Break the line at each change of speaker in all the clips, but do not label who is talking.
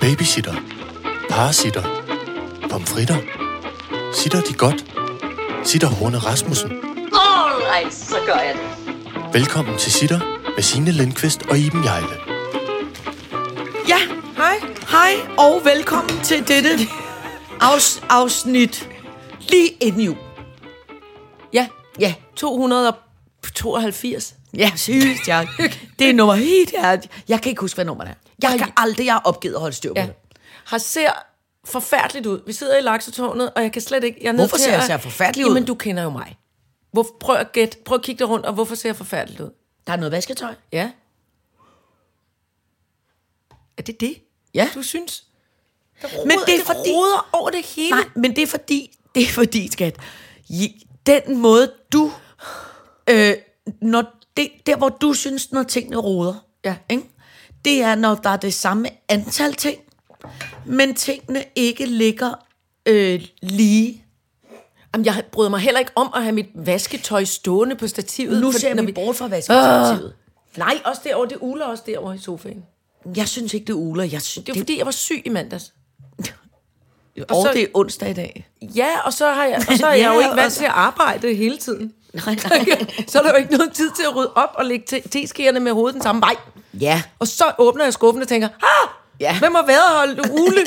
Babysitter. Parasitter. Pomfritter. Sitter de godt? Sitter Horne Rasmussen.
Alright, så gør jeg det.
Velkommen til Sitter med Signe Lindqvist og Iben Jejle.
Ja, hej. Hej og velkommen til dette afs- afsnit lige inden jul.
Ja, ja. 282.
Ja, sygt, jeg. Det er nummer helt jeg, jeg kan ikke huske, hvad nummer det er. Jeg kan aldrig, jeg har opgivet at holde styr på
Ja.
det.
Har ser forfærdeligt ud. Vi sidder i laksetårnet, og jeg kan slet ikke... Jeg er nødt
Hvorfor
til
ser jeg
at-
så forfærdelig ud?
Jamen, du kender jo mig. Hvor, prøv at gætte. Prøv at kigge dig rundt, og hvorfor ser jeg forfærdeligt ud?
Der er noget vasketøj.
Ja. Er det det?
Ja.
Du synes?
Men
det er fordi... roder over det hele.
Nej, men det er fordi, det er fordi, skat. I- Den måde, du... Øh, når det, der, hvor du synes, når tingene roder,
Ja.
ikke? det er, når der er det samme antal ting, men tingene ikke ligger øh, lige.
Jamen, jeg bryder mig heller ikke om at have mit vasketøj stående på stativet.
Nu
for
ser
når Ah.
vi, bort fra vasketøjet.
Nej, også derovre. Det uler også derovre i sofaen.
Jeg synes ikke, det uler. Jeg synes,
Det er
det,
fordi, jeg var syg i mandags.
og
så-
det er onsdag i dag.
Ja, og så, har jeg, og så er
Ja,
jeg jo ikke
og
vant
så-
til at arbejde hele tiden.
Nej, nej.
så er der jo ikke noget tid til at rydde op og lægge te- teskeerne med hovedet den samme vej.
ja.
Og så åbner jeg skuffen og tænker, ah,
Ja.
ja. hvem har været holdt ule?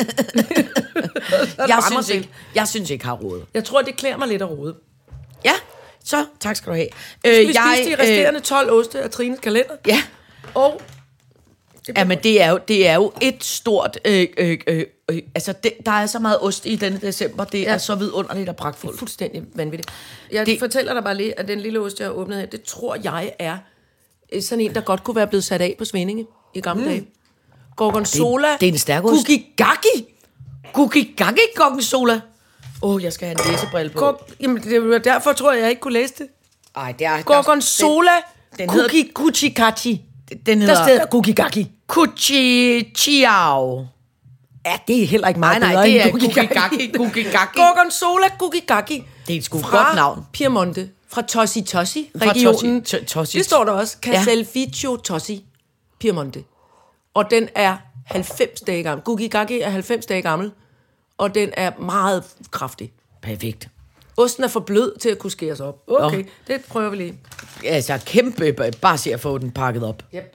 Jeg
rammer
synes,
selv.
ikke, jeg synes ikke, har råd.
jeg tror, det klæder mig lidt at rode.
Ja, så tak skal du have.
Vi øh, spiste de resterende 12 oste af Trines kalender.
Øh, ja,
Og
ja, men det er jo, det er jo et stort... Øh, øh, øh, øh, altså, det, der er så meget ost i denne december. Det ja. er så vidunderligt og pragtfuldt.
fuldstændig vanvittigt. Jeg
Det-
det... fortæller dig bare lige, at den lille ost, jeg har åbnet her, det tror jeg er øh, sådan en, der godt kunne være blevet sat af på Svendinge i gamle mm. dage. Gorgonzola.
det er en stærk ost.
Gugigaki.
Gugigagi Gorgonzola. Åh, oh, jeg skal have en læsebrille på.
Gor- Jamen, det var derfor, tror jeg, jeg ikke kunne læse det.
Ej, det er...
Gorgonzola.
den
Den,
hedder-
cookie cookie kachi.
Den, den hedder...
Der steder cookie kaki.
Kuchichiao.
Ja, det er heller ikke
Nej,
meget
nej,
bedre
det er
end cookie
Gugigaki.
kaki.
Gugigaki.
Gorgonzola cookie kaki.
Det er sgu et
Fra
godt navn.
Piemonte. Fra Tossi Tossi regionen.
Tossi- To- Tossi.
Det står der også.
Ja.
Casalficio Tossi Piemonte. Og den er 90 dage gammel. Cookie kaki er 90 dage gammel. Og den er meget kraftig.
Perfekt.
Osten er for blød til at kunne skæres op. Okay,
Nå.
det prøver vi lige.
Altså, kæmpe... Bare se at få den pakket op.
Yep.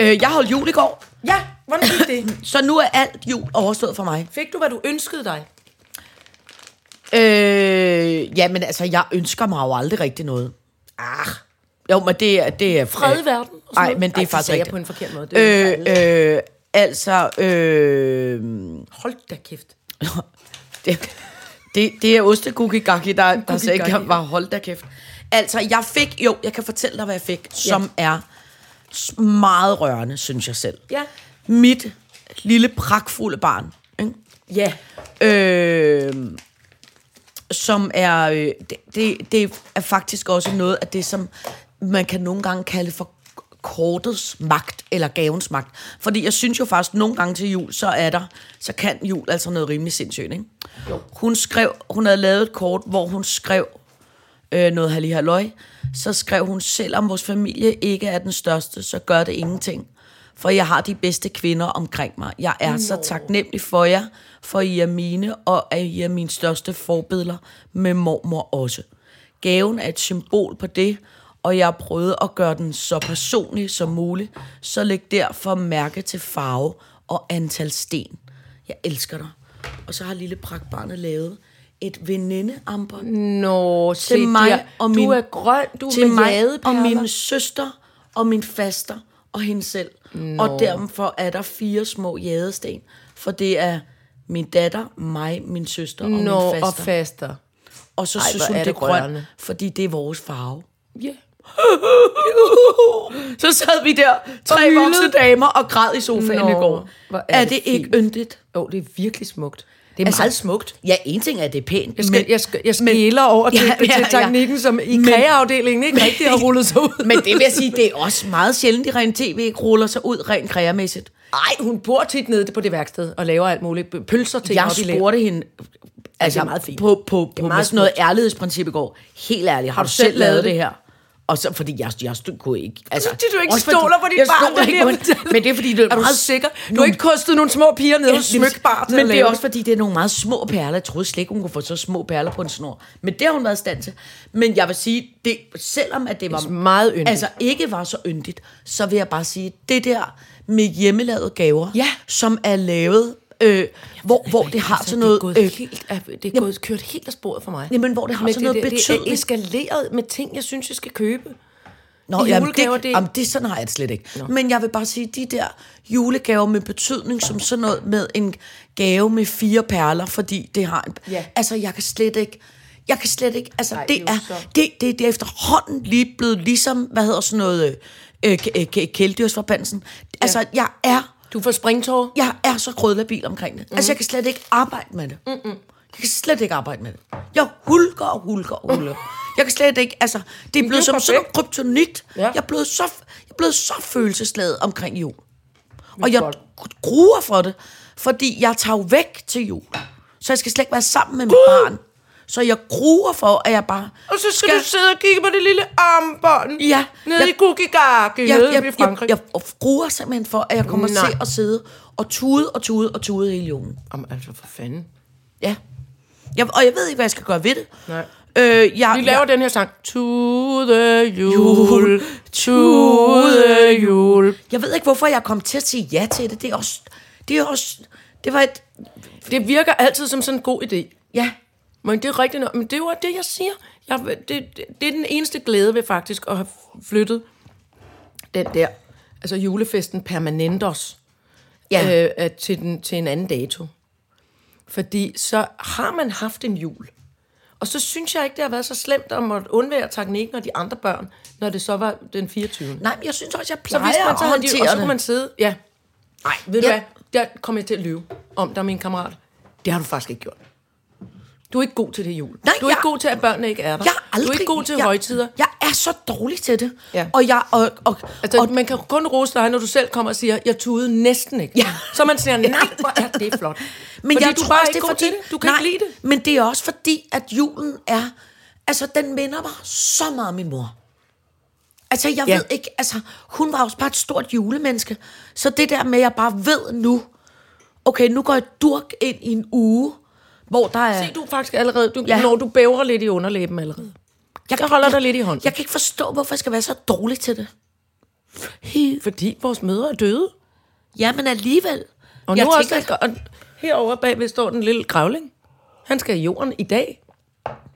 Øh, jeg holdt jul i går,
Ja, hvordan gik det?
så nu er alt jul overstået for mig.
Fik du, hvad du ønskede dig?
Øh, ja, men altså, jeg ønsker mig jo aldrig rigtig noget. Ah. Jo, men det er... Det er øh,
Fred i verden og sådan
Nej,
noget.
men det er
Ej, det
faktisk
sagde jeg
rigtigt.
på en forkert måde. Det er jo
øh, øh, altså, øh,
Hold da kæft.
det, det, det er ostegugigaki, der, der sagde, at jeg
Gugigaki.
var holdt da kæft. Altså, jeg fik... Jo, jeg kan fortælle dig, hvad jeg fik, som er s- meget rørende, synes jeg selv.
Ja.
Mit lille pragtfulde barn, ikke?
Ja.
øh, som er, øh, det, det, det er faktisk også noget af det, som man kan nogle gange kalde for kortets magt, eller gavens magt. Fordi jeg synes jo faktisk, nogle gange til jul, så er der, så kan jul altså noget rimelig sindssygt, ikke? Jo. Hun skrev, hun havde lavet et kort, hvor hun skrev øh, noget halli halløj, så skrev hun, selvom vores familie ikke er den største, så gør det ingenting. For jeg har de bedste kvinder omkring mig. Jeg er så taknemmelig for jer, for I er mine, og at I er mine største forbilleder, med mormor også. Gaven er et symbol på det, og jeg har prøvet at gøre den så personlig som muligt, så læg derfor mærke til farve og antal sten. Jeg elsker dig. Og så har lille pragtbarnet lavet et venindearmbånd
Nå, se,
til mig
der.
og
du
min,
er grøn, du
til
er med
mig og
jadeperler.
min søster og min faster og hende selv. Nå. Og derfor er der fire små jadesten, for det er min datter, mig, min søster og
Nå,
min
og
faster. Og,
faster.
og så
Ej,
synes
hvor
hun,
er
det er
det
grøn,
rørende.
fordi det er vores farve.
Ja.
Så sad vi der, tre
hyldede.
voksne damer, og græd i sofaen
Nå,
i går.
hvor er
er,
det
det ikke
fint.
yndigt?
Åh, oh, det er virkelig smukt. Det er altså, meget smukt.
Ja, en ting er, at det er pænt.
Jeg, skal, men, jeg, skal, jeg skæler over til, ja, ja, ja. til teknikken, som i kreaafdelingen ikke rigtig har rullet sig ud.
Men det vil jeg sige, det er også meget sjældent, at rent tv ikke ruller sig ud rent kreamæssigt.
Nej, hun bor tit nede på det værksted og laver alt muligt. Pølser til
jeg
op i læ-
spurgte hende altså,
meget fint.
på, på, på
meget
med sådan noget ærlighedsprincip i går. Helt ærligt, har, har du
du
selv
selv
lavet
lavet
det
det?
her? Og så, fordi jeg, jeg stod, kunne ikke... Altså,
Fordi du ikke
også
stoler på dit
jeg
barn,
stoler
der
ikke
bliver
på det.
fortalt.
Men det er fordi, det er,
Er du
meget-
sikker? Du har
nogle-
ikke kostet nogle små piger ned hos
Ja, det er-
smykbar til
Men
at
det er
lave
også fordi, det er nogle meget små perler. Jeg troede slet ikke, hun kunne få så små perler på en snor. Men det har hun været i stand til. Men jeg vil sige, det, selvom at det var
er meget yndigt.
Altså ikke var så yndigt, så vil jeg bare sige, det der med hjemmelavede gaver,
Ja.
som er lavet, øh, hvor, hvor det har sådan noget...
altså, Det er, gået
øh,
helt, af- det er gået, kørt helt af sporet for mig.
Jamen, hvor det har
Men
sådan noget
der- Det
betydning.
er eskaleret med ting, jeg synes, jeg skal købe.
Nå,
I
jamen,
julegaver,
det,
det-
det... Jamen, det sådan har jeg det slet ikke. Nå. Men jeg vil bare sige, de der julegaver med betydning, som sådan noget med en gave med fire perler, fordi det har en...
Ja.
Altså, jeg kan slet ikke... Jeg kan slet ikke... Altså,
Nej,
Nej,
det
det,
er
er,
jo
det,
så-
det, det er efterhånden lige blevet ligesom, hvad hedder sådan noget, øh, øh, k- øh, kæledyrsforbandelsen. Altså, ja. jeg er
Du får springtår.
jeg er så grødlabil omkring det. Mm. Altså, jeg kan slet ikke arbejde med det. Mm-mm. Jeg kan slet ikke arbejde med det. Jeg hulker og hulker og hulker. Jeg kan slet ikke, altså, det er
det er
blevet som sådan noget
perfekt.
kryptonit.
Ja.
Ja. Jeg, er blevet så, jeg er blevet så følelsesladet omkring jul. Og jeg
godt.
gruer for det, fordi jeg tager jo væk til jul. Så jeg skal slet ikke være sammen med mit barn. Så jeg gruer for, at jeg bare...
Og så skal, du sidde og kigge på det lille armbånd.
Ja.
Nede
Jeg-
i Kukigakke
jeg,
nede i
jeg, jeg,
Frankrig.
jeg, jeg gruer simpelthen for, at jeg kommer
Nej.
til at sidde og tude og tude og tude hele julen.
Jamen, altså, for fanden.
Ja. Jeg, og jeg ved ikke, hvad jeg skal gøre ved det.
Nej.
Øh, jeg,
Vi laver
jeg,
den her sang. To the jul, to the jul.
jeg ved ikke, hvorfor jeg kom til at sige ja til det. Det er også... Det, er også, det var et...
Det virker altid som sådan en god idé.
Ja.
Men det er rigtigt nok. Men det er jo det, jeg siger. Jeg, det, det, det er den eneste glæde ved faktisk at have flyttet den der, altså julefesten permanentos
Ja. Øh,
øh, at- til, den, til en anden dato. Fordi så har man haft en jul. Og så synes jeg ikke, det har været så slemt at måtte undvære teknikken og de andre børn, når det så var den 24.
nej, men jeg synes også, jeg
Så
plejer
hvis man så
at
havde de, og
håndtere
så kunne
det.
man sidde... Ja. Nej, ved du
Ja.
hvad? Der kom jeg til at lyve om dig, min kammerat. Det har du faktisk ikke gjort. Du er ikke god til det jul.
Nej,
du er ikke
jeg-
god til, at børnene ikke er der.
Jeg er aldrig,
du er ikke god til
jeg,
højtider.
Jeg er så dårlig til det.
Ja.
Og jeg... Og, og,
Altså, og
og,
man kan kun rose dig, når du selv kommer og siger, jeg tudede næsten ikke.
Ja.
Så man siger, nej, hvor er det flot.
men
fordi
jeg
du
tror
bare
også,
ikke
det er
god
fordi...
til det. Du kan
nej,
ikke lide det.
Men det er også fordi, at julen er... Altså, den minder mig så meget om min mor. Altså, jeg
Ja.
ja. ved ikke... Altså, hun var også bare et stort julemenneske. Så det der med, at jeg bare ved nu... Okay, nu går jeg durk ind i en uge, hvor der er...
Se, du er faktisk allerede, du, ja.
Ja.
når du bævrer lidt i underlæben allerede.
jeg,
jeg holder dig lidt i hånden.
Jeg kan ikke forstå, hvorfor jeg skal være så dårlig til det.
Fordi vores mødre er døde.
Ja, men alligevel.
Og
jeg
nu også, tænker, og herovre bagved står den lille grævling. Han skal i jorden i dag,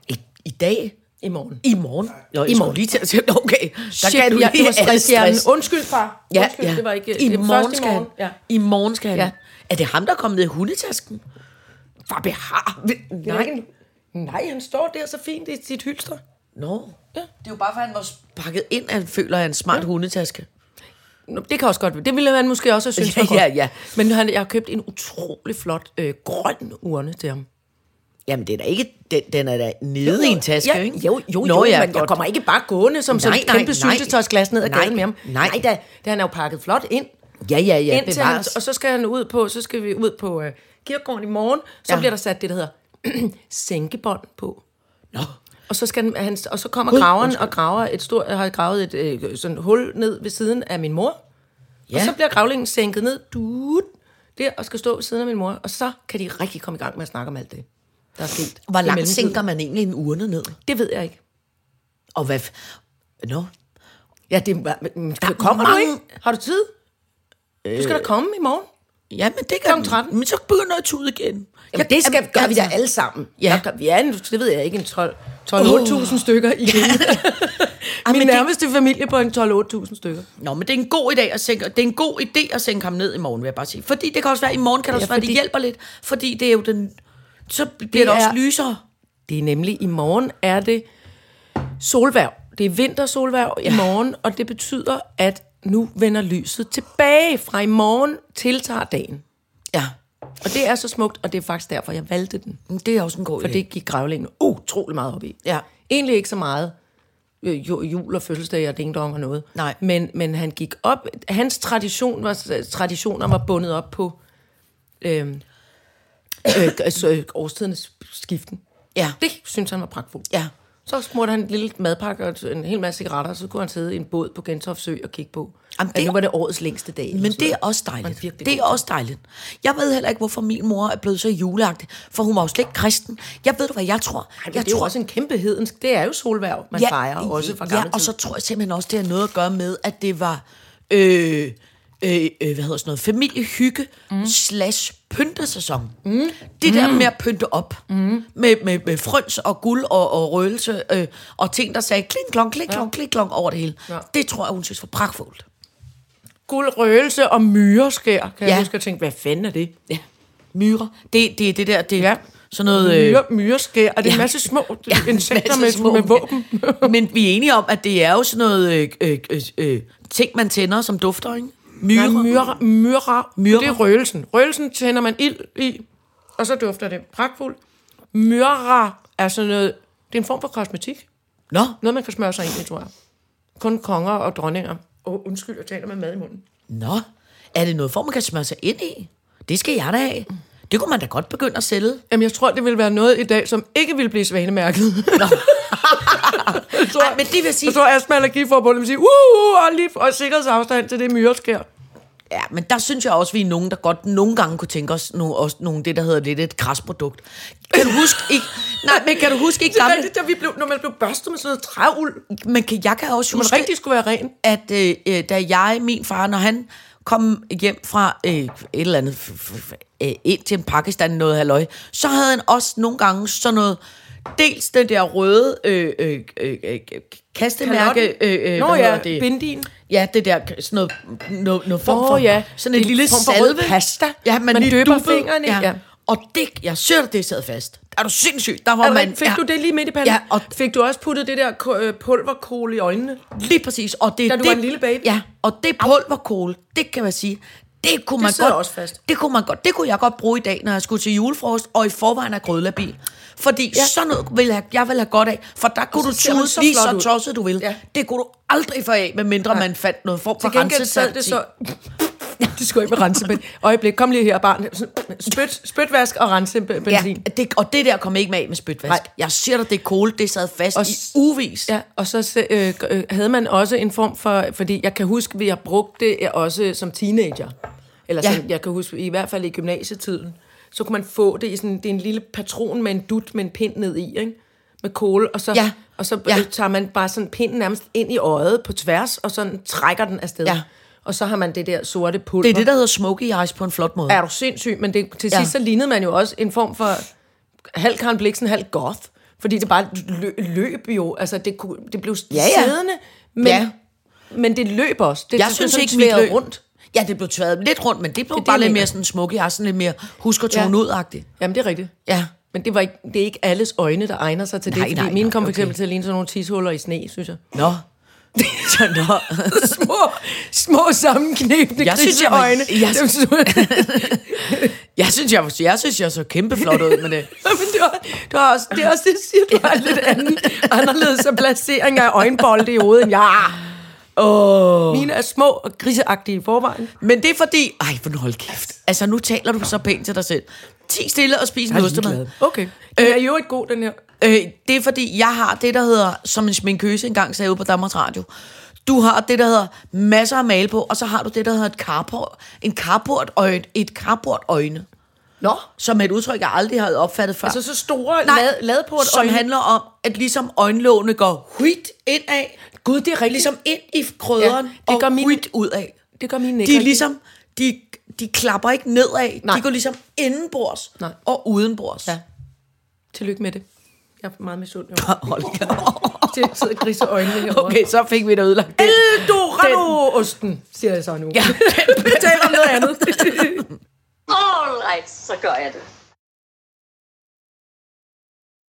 I, I dag?
i morgen.
I morgen? Nå, I morgen. lige til at sige, okay, der
Shit,
kan du
ja, det
lige
var
alle
stresshjernen. Undskyld, far.
Ja,
Undskyld,
ja.
det var ikke...
I
det var
morgen
først
skal han.
Ja.
I morgen skal han.
Ja.
Ja. Er det ham, der er kommet ned i hundetasken? Fabi har...
Det var
Nej.
ikke en- Nej, han står der så fint i sit hylster.
Nå.
Ja.
Ja. Det er jo bare, for han var pakket ind, at han føler, at han er en smart ja. hundetaske.
Nå, det kan også godt være. Det ville han måske også have syntes
Ja,
var godt.
ja, ja.
Men han, jeg har købt en utrolig flot øh, grøn urne til ham.
Jamen, det er da ikke... Den, den er da nede i en taske,
ja,
ikke?
Jo, jo,
Nå,
jo,
ja,
men jeg
godt.
kommer ikke bare gående som sådan
Nej,
et
nej,
kæmpe
nej.
syltetøjsglas ned ad
Nej,
gaden med ham.
nej.
nej da, da, han er jo pakket flot ind.
Ja, ja, ja,
indtil han,
bevares.
og så skal han ud på, så skal vi ud på øh, kirkegården i morgen, så ja.
Ja.
bliver der sat det, der hedder sænkebånd på.
Nå.
Og så, skal den- han, og så kommer graveren og graver et stort, har gravet et øh, sådan hul ned ved siden af min mor. Ja. Og
Ja.
så bliver gravlingen sænket ned, duut, der, og skal stå ved siden af min mor. Og så kan de rigtig komme i gang med at snakke om alt det, der er sket.
Hvor
i
langt
mellemtiden.
sænker man egentlig en urne ned?
Det ved jeg ikke.
Og hvad... f- Nå.
Ja, det var, men,
Der er
kommer du
mange-
ikke? Har du tid? Øh. Du skal da komme i morgen.
Ja, men det
Klokken
kan...
13.
Men så begynder jeg at tude igen. Jamen,
Jamen, det skal jamen, altså- gør vi da alle sammen.
Ja.
Der, gør- vi er, en- det ved jeg ikke, en 12 12-8.000 stykker i ja. Min
men det-
nærmeste familie på en 12-8.000 stykker.
Nå, men det er en god idé at sænke, det er en god idé at sænke ham ned i morgen, vil jeg bare sige. Fordi det kan også være, at i morgen kan det også
Ja,
være, at
fordi-
det hjælper lidt. Fordi det er jo den... Så bliver det, det også
er-
lysere.
Det er nemlig, i morgen er det solværv. Det er vintersolværv i morgen, og det betyder, at nu vender lyset tilbage. Fra i morgen tiltager dagen.
Ja,
Og det er så smukt, og det er faktisk derfor, jeg valgte den.
men det er også en god
For
idé.
det gik grævlingen utrolig meget op i.
Ja.
Egentlig ikke så meget øh, jo- jul og fødselsdag og ding dong og noget.
Nej.
Men, men han gik op... Hans tradition var, traditioner var bundet op på øh, øh, altså, øh, årstidernes skiften.
Ja.
Det synes han var pragtfuldt.
Ja.
Så smurte han en lille madpakke og en hel masse cigaretter, og så kunne han sidde i en båd på Gentofte Sø og kigge på.
Jamen,
Jamen,
det-
det... Nu var det årets længste dag. eller
Men
sådan
det er
noget.
også
Og en
dejligt.
virkelig
Det er
god-
også dejligt. Jeg ved heller ikke, hvorfor min mor er blevet så juleagtig, for hun var jo slet ikke kristen. Jeg ved du, hvad jeg tror?
Ej, men
jeg
det er
tror,
jo også en kæmpe hedensk. Det er jo solværv, man ja, fejrer også fra gamle
Ja, og så tror jeg simpelthen også, det har noget at gøre med, at det var, øh, øh, øh, hvad hedder sådan noget, familiehygge mm. slash pyntesæson. Mm. Det der med at pynte op mm. med, med, med frøns og guld og, og røgelse øh, og ting, der sagde kling klong, kling klong, ja. kling klong over det hele. Ja.
Ja.
Det tror jeg, hun synes var pragtfuldt.
Guld, røgelse og myreskær, kan
Ja.
jeg huske at tænke, hvad fanden er det?
Ja. Myrer. Det, det er det der, det er ja. sådan noget... øh,
Myre, myreskær, og det er en masse små ja, insekter
masse
med,
små-
små, med våben.
Men vi er enige om, at det er jo sådan noget øh, øh, øh, øh, ting, man tænder, som dufter, ikke? Myrer.
Nej, myrer, myrer,
Myrer.
myrer. Det er røgelsen. Røgelsen tænder man ild i, og så dufter det pragtfuldt. Myrer er sådan noget, det er en form for kosmetik.
Nå,
Noget, man kan smøre sig ind i, tror jeg. Kun konger og dronninger. Åh, oh, undskyld, jeg taler med mad i munden.
nå. Er det noget form, man kan smøre sig ind i? Det skal jeg da have. Det kunne man da godt begynde at sælge.
Jamen, jeg tror, det ville være noget i dag, som ikke ville blive svanemærket. jeg tror,
Ej, men det vil jeg sige-
Jeg tror, Astma Allergiforbundet vil sige, uh, uh, og lige og sikkerhedsafstand til det myreskær.
Ja, men der synes jeg også, vi er nogen, der godt nogle gange kunne tænke os nogle, også nogle, det, der hedder lidt et græsprodukt. Kan du huske ikke? Nej, men kan du huske ikke
Det er
gamle?
rigtigt, da vi blev, når man blev børstet med sådan noget træuld.
Men kan, jeg kan også
Man
huske...
rigtig skulle være ren.
at øh, øh, da jeg, min far, når han kom hjem fra øh, et eller andet f- f- f- øh, Indien, Pakistan, noget halløj, så havde han også nogle gange sådan noget, dels den der røde øh, øh, øh, øh, kastemærke, øh, øh,
Nå
hvad
ja,
hedder det?
bindin.
Ja, det der, sådan noget, noget, noget form
Åh,
for,
ja.
sådan en
Det er
lille
en form for rød
salve.
pasta,
Ja, man,
man
lige
dypper
duppede.
fingrene i.
ja. ja.
Ja.
Og det, jeg søger, det sad fast. Er du sindssyg? Der var
Og
man...
man, fik
ja,
du det lige midt i panden?
Ja, og
fik du også puttet det der ko- øh, pulverkål i øjnene?
Lige præcis. Og det,
Da du
det,
var en lille baby?
Ja, og det pulverkål, det kan man sige, det kunne man
sidder
godt,
også fast.
Det kunne man godt. Det kunne jeg godt bruge i dag, når jeg skulle til julefrokost og i forvejen er grødlabil. Fordi ja. sådan noget ville jeg, jeg ville have godt af, for der kunne
så
du
ser man
tude
så
lige
flot
så
ud.
tosset du ville. Ja.
Ja.
Det kunne du aldrig få af, medmindre man fandt noget form for
Til gengæld sad det
rensetaktik.
så... Det skulle ikke med rensebentin. Øjeblik, kom lige her, barn. Spyt, spytvask og
Ja,
rensebentin.
det, og det der kom ikke med af med spytvask. Nej.
Nej.
Jeg siger dig, det kål, det sad fast og
Og
i
s-
uvis.
Ja, og så se- øh, øh, havde man også en form for, fordi jeg kan huske, at jeg brugte det øh, også som teenager. Eller
Ja.
ja. som, jeg kan huske, i hvert fald i gymnasietiden. Så kunne man få det i sådan, det er en lille patron med en dut med en pind ned i, ikke? Med kåle, og så,
Ja.
og så
Ja.
ja. tager man bare sådan pinden nærmest ind i øjet på tværs, og sådan trækker den afsted.
Ja.
Og så har man det der sorte pulver.
Det er det, der hedder smoky eyes på en flot måde.
er du sindssyg, men det, til
Ja.
ja. sidst så lignede man jo også en form for halv Karen Bliksen, halv goth. Fordi det bare lø, løb jo, altså det, kunne, det blev ja,
ja.
ja. siddende, men,
Ja.
ja. men det løb også. Det,
Jeg
det
synes
sådan
ikke, mit
tværede
løb...
rundt.
Ja, det blev tværet lidt rundt, men det blev det,
Det er
bare
det, jeg
lidt mere
mener.
sådan smukke. Jeg er sådan lidt mere husk og tone
Ja.
ud -agtig.
Jamen det er rigtigt.
Ja.
Men det, var ikke, det er ikke alles øjne, der egner sig til
Nej,
det,
nej,
fordi
nej,
mine kom for
okay.
eksempel til at ligne sådan nogle tishuller i sne, synes jeg.
Nå. Så nå.
små, små sammenknæbende
Jeg synes, jeg var-
griseøjne.
jeg-
Dem så-
Jeg synes, jeg, jeg synes, jeg så kæmpe flot ud med det.
Men det, var, det, var også, det er også det, jeg siger, du har en lidt anden, anderledes placering af øjenbolde i hovedet, end jeg har. Oh. Mine er små og griseagtige i forvejen.
Men det er fordi... Ej, for nu hold kæft. Altså, nu taler du så pænt til dig selv. Ti stille og spis en ostemad.
Okay. Den er jo et god, den her.
Øh, det er fordi, jeg har det, der hedder, som en sminkøse engang sagde ude på Danmarks Radio, du har det, der hedder masser af male på, og så har du det, der hedder et karport, en karport øjne, et karport øjne.
Nå.
Som er et udtryk, jeg aldrig havde opfattet før.
Altså så store
Nej,
lad, lad på et
som
øje.
handler om, at ligesom øjenlågene går hvidt indad,
Gud, det er rigtigt.
ligesom ind i krødderen,
Ja, det
og
gør mine-
hvidt udad.
Det gør mine ikke
De er
rigtig.
ligesom, de, de klapper ikke nedad,
Nej.
de går ligesom indenbords
Nej.
og udenbords.
Ja. Tillykke med det. Jeg er meget misundelig.
Hold da.
Til at sidde og grise øjnene herovre.
Okay, så fik vi det udlagt. Det-
Eldorado-osten, siger jeg så nu. Ja. Vi taler om noget andet.
All right, så gør jeg det.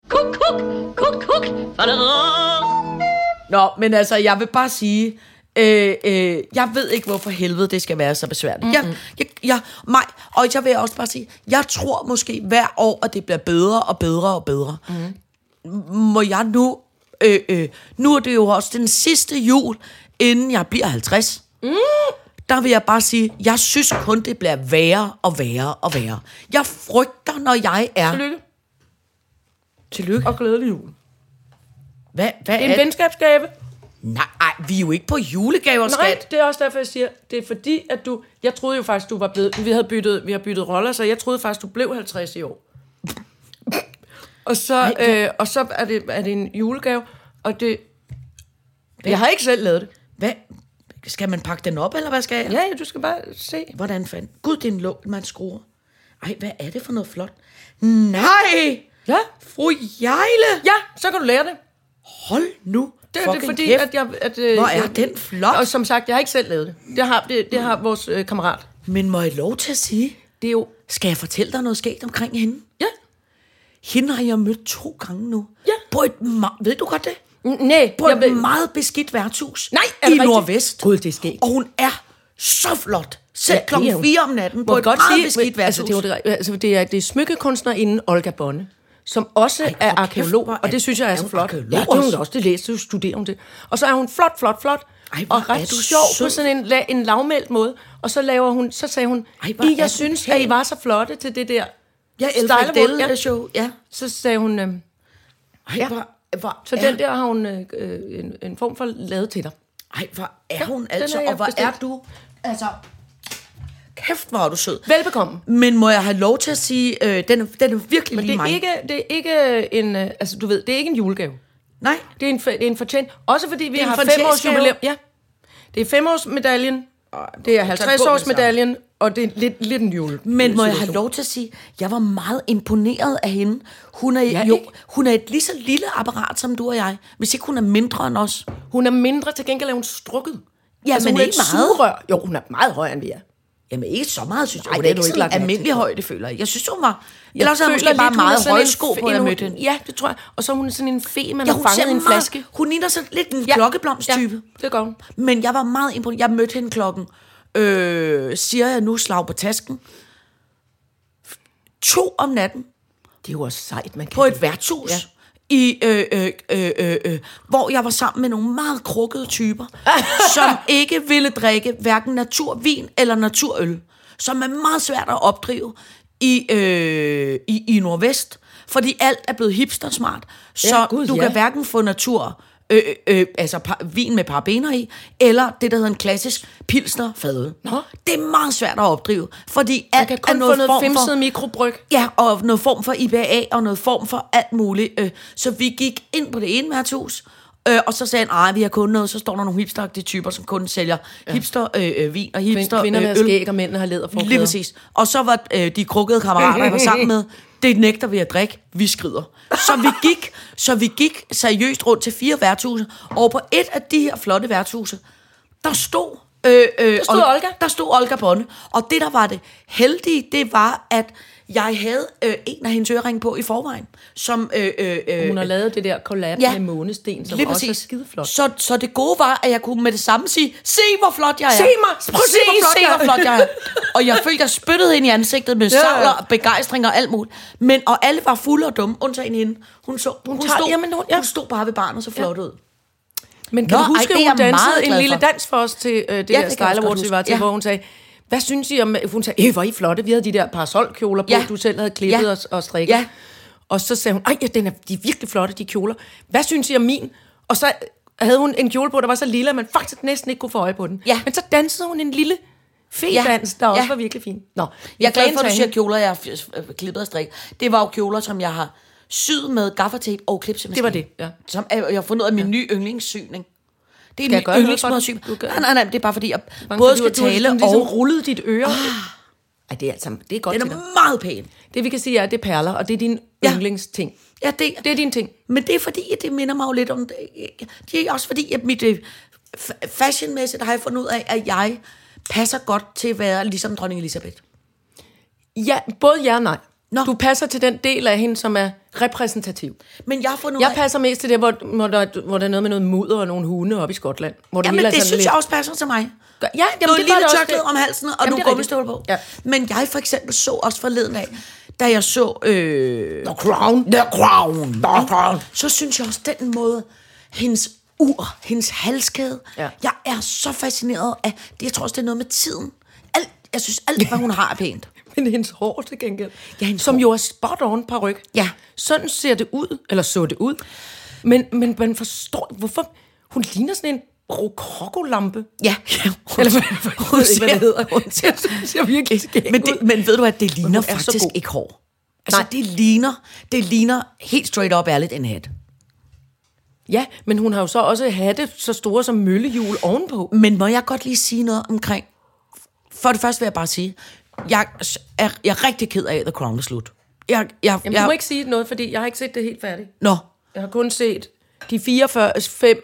Kuk, kuk, kuk, kuk. Fadadadam.
Nå, men altså, jeg vil bare sige, øh, øh, jeg ved ikke, hvorfor helvede det skal være så besværligt. Mm-hmm. Jeg, jeg, jeg, mig, og jeg vil også bare sige, jeg tror måske hver år, at det bliver bedre og bedre og bedre.
Mm.
Mm-hmm. Må jeg nu, øh, øh, nu er det jo også den sidste jul, inden jeg bliver 50. Mm. Der vil jeg bare sige, jeg synes kun, det bliver værre og værre og værre. Jeg frygter, når jeg er...
Tillykke.
Tillykke.
Og glædelig jul.
Hvad, hvad
Det er en venskabsgave.
Nej, ej, vi er jo ikke på julegaver,
Nej,
skat.
det er også derfor, jeg siger, det er fordi, at du... Jeg troede jo faktisk, du var blevet... Vi havde byttet, vi har byttet roller, så jeg troede faktisk, du blev 50 i år. og så, øh, og så er, det, er det en julegave, og det... Jeg har ikke selv lavet det.
Hvad? Skal man pakke den op, eller hvad skal jeg?
Ja, ja, du skal bare se.
Hvordan fanden? Gud, det er en låg, man skruer. Ej, hvad er det for noget flot? Nej!
Ja,
Fru Jejle!
ja så kan du lære det.
Hold nu
Det er det,
fucking
fordi,
kæft.
at jeg... At, øh,
Hvor er
jeg-
den flot.
Og som sagt, jeg har ikke selv lavet det. Det har, det, det har vores øh, kammerat.
Men må jeg lov til at sige,
Det er jo...
skal jeg fortælle dig noget sket omkring hende?
Ja.
Hende har jeg mødt to gange nu.
Ja.
På et ma- ved du godt det?
N- Nej,
På
jeg
et
ved...
meget beskidt værtshus.
Nej, er
I
det rigtigt?
Nordvest.
Gud, det er skægt.
Og hun er så flot. Selv ja,
Ja, det er
klokken
hun.
4 om natten på et
Må jeg godt
meget
sige,
beskidt værtshus.
altså, det, er, jo det- altså, det, er, det er smykkekunstnerinden Olga Bonne, som også Ej, er
kæft,
arkeolog,
hvor er-
og det synes jeg er,
er
så
hun
flot. Ja,
arkæolog
det er hun
også?
også, det læste, du studerer hun det. Og så er hun flot, flot, flot,
Ej, hvor
og ret
er du
sjov
sød.
på sådan en, la, en lavmældt måde. Og så, laver hun, så sagde hun,
Ej,
Ej,
hvor
I,
er du
jeg synes, at I
pæn."
var så flotte til det der
jeg elsker
Stejlevold,
det
ja.
show. Ja.
Så sagde hun, øhm,
Ej, ja. Hvor, hvor
så
er,
den der har hun øh, øh, en, en form for lavet til dig.
Ej, hvor er hun
den
altså,
har
og
jeg
hvor er
bestilt.
du... Altså, kæft, hvor er du sød.
Velbekomme.
Men må jeg have lov til at sige, øh, den, er- den er virkelig
Men
lige
det er,
mig.
ikke, det er ikke en, øh, altså du ved, det er ikke en julegave.
Nej,
Det er en, fa- det er en fortjent. Også fordi vi
en
har
fortjensgave.
fem års jubilæum. Ja. Det er femårsmedaljen. Det er
jeg tager
50
på med
års medaljen. Og det er lidt, lidt en jule.
men må jeg have lov til at sige, jeg var meget imponeret af hende. Hun er,
Ja,
jo,
ikke?
hun er et lige så lille apparat som du og jeg, hvis ikke hun er mindre end os.
Hun er mindre, til gengæld er hun strukket. Altså,
Ja, men
hun er
ikke
et
meget.
sugerør. Jo, hun er meget højere, end vi er.
Jamen ikke så meget, synes jeg.
Nej,
hun er
det har
ikke
du ikke
sådan
lagt mærke
almindelig
til.
højde, føler jeg. Jeg synes, hun var... Eller også er hun måske
føler
bare
lidt, hun er
meget
sådan
høje
en
sko
fe-
på, da jeg
en-
mødte hende.
Ja, det tror jeg. Og så er hun sådan en fe, man
Ja,
har
hun
fanget
ser
i en
meget,
flaske.
Hun ligner sådan lidt en
Ja.
ja. klokkeblomstype.
Ja, det gør hun.
Men jeg var meget imponeret. Jeg mødte hende klokken, øh, siger jeg nu, slag på tasken. To om natten
Det er jo også sejt, man kan.
på et værtshus. Ja.
Ja.
I, øh, øh, øh, øh, øh, hvor jeg var sammen med nogle meget krukkede typer, som ikke ville drikke hverken naturvin eller naturøl, som er meget svært at opdrive i, øh, i, i Nordvest, fordi alt er blevet hipstersmart, så
Ja, gud,
du
ja.
kan hverken få natur, øh, øh, øh, altså par, vin med parabener i, eller det, der hedder en klassisk pilsnerfade.
Nå.
Det er meget svært at opdrive, fordi alt
man kan
er
kun
noget
få noget
form for...
femset mikrobryg.
Ja, og noget form for IBA, og noget form for alt muligt. øh. Så vi gik ind på det ene værtshus, øh, og så sagde han, ej, vi har kun noget. Så står der nogle hipsteragtige typer, som kun sælger hipster-vin øh, vin og
Kvind-
hipster-øl.
Kvinderne har skæg, og mændene har læder for
Lige præcis. Og så var øh, de krukkede kammerater, jeg var sammen med, det nægter vi at drikke, vi skrider. Så vi gik, så vi gik seriøst rundt til fire værtshuse, og på et af de her flotte værtshuse, der stod... Øh, øh, der
stod Olga.
Der stod Olga Bonde. Og det, der var det heldige, det var, at jeg havde øh, en af hendes øreringe på i forvejen, som... Øh, øh, øh,
Hun har lavet det der collab
Ja.
med Månesten, som
lige
også er
præcis.
skideflot.
Så, så det gode var, at jeg kunne med det samme sige, se hvor flot jeg er.
Se mig!
Se,
Prøv at se,
hvor flot,
se,
jeg, er.
hvor
flot jeg er. Og jeg følte, jeg spyttede hende i ansigtet med
Ja.
savler, og begejstring og alt muligt. Men, og alle var fulde og dumme, undtagen hende. Hun, så, hun,
tager-
stod,
jamen, hun- ja.
hun stod bare ved barnet og så flot ud.
Men kan
Nå,
Nå, du huske,
ej,
ej,
det er
hun
jeg meget
dansede en
glad
lille
for.
dans for os til øh, det
Ja,
ja,
det
der
kan jeg
Style
også
Awards,
godt
vi var
huske.
til,
Ja.
ja. hvor hun sagde, hvad synes I om... Hun sagde, øh, hvor er I flotte, vi havde de der parasolkjoler på,
Ja.
ja. du selv havde klippet
Ja.
ja. og, og strikket.
Ja.
Ja. Og så sagde hun, ej, ja, den er, de er virkelig flotte, de kjoler. Hvad synes I om min? Og så havde hun en kjole på, der var så lille, at man faktisk næsten ikke kunne få øje på den.
Ja.
Men så dansede hun en lille fe-dans,
Ja.
der også
Ja.
var virkelig fin. Nå,
Jeg er glad for, at du
fantagen.
siger kjoler, jeg har f- øh, klippet og strik. Det var jo kjoler, som jeg har syet med gaffatape og klipsemaskine.
Det var det, ja.
Som er, jeg har fundet ud af min nye yndlingssyning. Det er
jeg gøre
min
noget
yndlingsmåde
for
at
den?
sy.
Du kan-
Nej, nej, nej, det er bare fordi, jeg
Bange for,
både
du-
skal
du har
tale
sådan
og
ligesom rullet dit øre. Ah. Ej, det er altså, det er godt
Den
til dig.
er meget pæn.
Det vi kan sige er, at det er perler, og det er din
Ja.
ja. yndlingsting.
Ja, det,
Det er din ting.
Men det er fordi, at det minder mig jo lidt om... Det er også fordi, at mit øh, fa- fashionmæssigt har jeg fundet ud af, at jeg passer godt til at være ligesom dronning Elisabeth.
Ja, både ja og nej.
Nå.
Nå. Du passer til den del af hende, som er repræsentativ.
Men jeg har fundet ud
Jeg
af...
passer mest til det, hvor, hvor, der, hvor der er noget med noget mudder og nogle hunde oppe i Skotland. Hvor det
Jamen,
hele er
det
sådan
synes
lidt...
jeg også passer til mig.
Ja, jamen,
Jamen,
det
noget
gør
lille
det også
tørklæde
det.
om halsen, og
Jamen,
Jamen,
det
nu
er
gummistøvler på.
rigtigt. Ja.
Men jeg for eksempel så også forleden af, da jeg så... Øh,
The crown. The crown. The crown.
så synes jeg også den måde, hendes ur, hendes halskæde. Ja.
Ja.
Jeg er så fascineret af... Det, jeg tror også, det er noget med tiden. Alt, jeg synes, alt, hvad hun har, er pænt.
Men hendes hår til gengæld.
Ja, hendes
som
hår.
jo er spot on paryk.
Ja.
Sådan ser det ud, eller så det ud. Men, men man forstår, hvorfor... Hun ligner sådan en rokokolampe.
Ja.
Eller hvad, jeg ved ikke, hvad det hedder. Hun ser, hun ser virkelig skæg
men, det, men ved du at det
hun er
ligner
så
faktisk
god.
ikke hår. Altså, Nej. det ligner, det ligner helt straight up ærligt en hat.
Ja, men hun har jo så også hatte så store som møllehjul ovenpå.
Men må jeg godt lige sige noget omkring... For det første vil jeg bare sige, jeg er, jeg er rigtig ked af, at The Crown er slut. Jeg, jeg,
Jamen,
jeg,
du må ikke sige noget, fordi jeg har ikke set det helt færdigt.
Nå,
Jeg har kun set de 44, 5...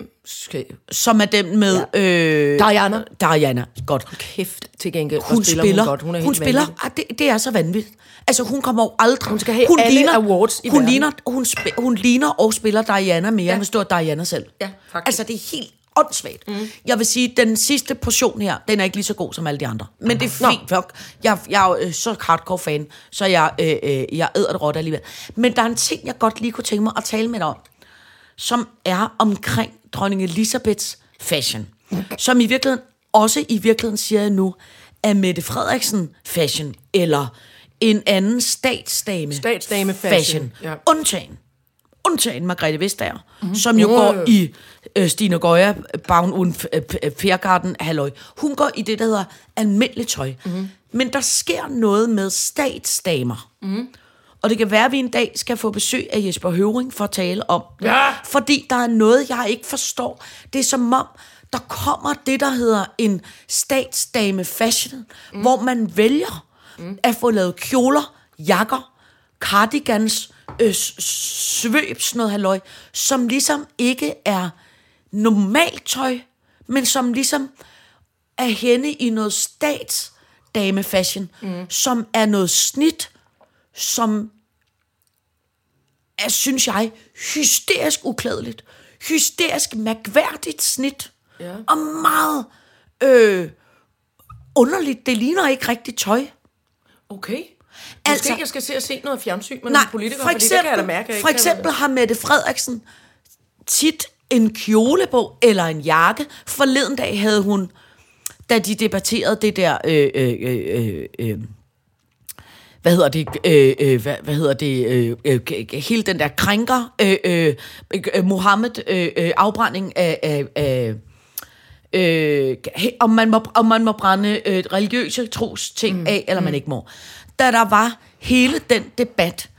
som er den med... Ja. Øh,
Diana.
Diana, godt.
Kæft til gengæld. hvor
Hun spiller, spiller
Hun, godt. hun, er
hun
helt
spiller
vanvittig.
ah, det, det er så vanvittigt. Altså, hun kommer jo aldrig... Hun
skal have alle awards i
hun
verden.
ligner, hun, sp- hun ligner og spiller Diana mere, ja. end hvis det var Diana selv.
Ja, faktisk. Mhm.
Altså, det er helt åndssvagt. Mm. Jeg vil sige, den sidste portion her, den er ikke lige så god som alle de andre. Men det er fint nok. Jeg, jeg er jo øh, så hardcore fan, så jeg, øh, øh, jeg æder det råt alligevel. Men der er en ting, jeg godt lige kunne tænke mig at tale med dig om som er omkring dronning Elisabeths fashion. Som i virkeligheden, også i virkeligheden siger jeg nu, er Mette Frederiksen fashion, eller en anden statsdame,
Statsdame fashion, ja. Mhm.
Ja. Undtagen. Undtagen Margrethe Vestager, mm-hmm. som jo går i øh, Stine Gøja, Bavn uden Fjergarden, øh, halløj. Hun går i det, der hedder almindeligt tøj.
Mhm.
Mm-hmm. Men der sker noget med statsdamer. Og det kan være, at vi en dag skal få besøg af Jesper Høvring for at tale om.
Ja!
Fordi der er noget, jeg ikke forstår. Det er som om, der kommer det, der hedder en statsdame fashion, mm. hvor man vælger mm. at få lavet kjoler, jakker, cardigans, øh, s- svøb, sådan noget halløj, som ligesom ikke er normalt tøj, men som ligesom er henne i noget statsdame fashion, mm. som er noget snit, som er, synes jeg, hysterisk uklædeligt, hysterisk mærkværdigt snit, ja. og meget øh, underligt. Det ligner ikke rigtigt tøj.
Okay. Måske
Altså-
altså, ikke, jeg skal se og se noget fjernsyn med nogle politikere, for
for
fordi det kan jeg da mærke, jeg
for
ikke kan-
eksempel har Mette Frederiksen tit en kjole på, eller en jakke. Forleden dag havde hun, da de debatterede det der... Øh, øh, øh, øh, øh, hvad hedder det, øh, øh, hvad, hvad hedder det, øh, øh, k- k- hele den der krænker, øh, øh, øh, Mohammed, øh, øh, afbrænding af, af, af øh, he- om, man må, om man må brænde øh, religiøse tros ting mm. af, eller man ikke må. Da der var hele den debat,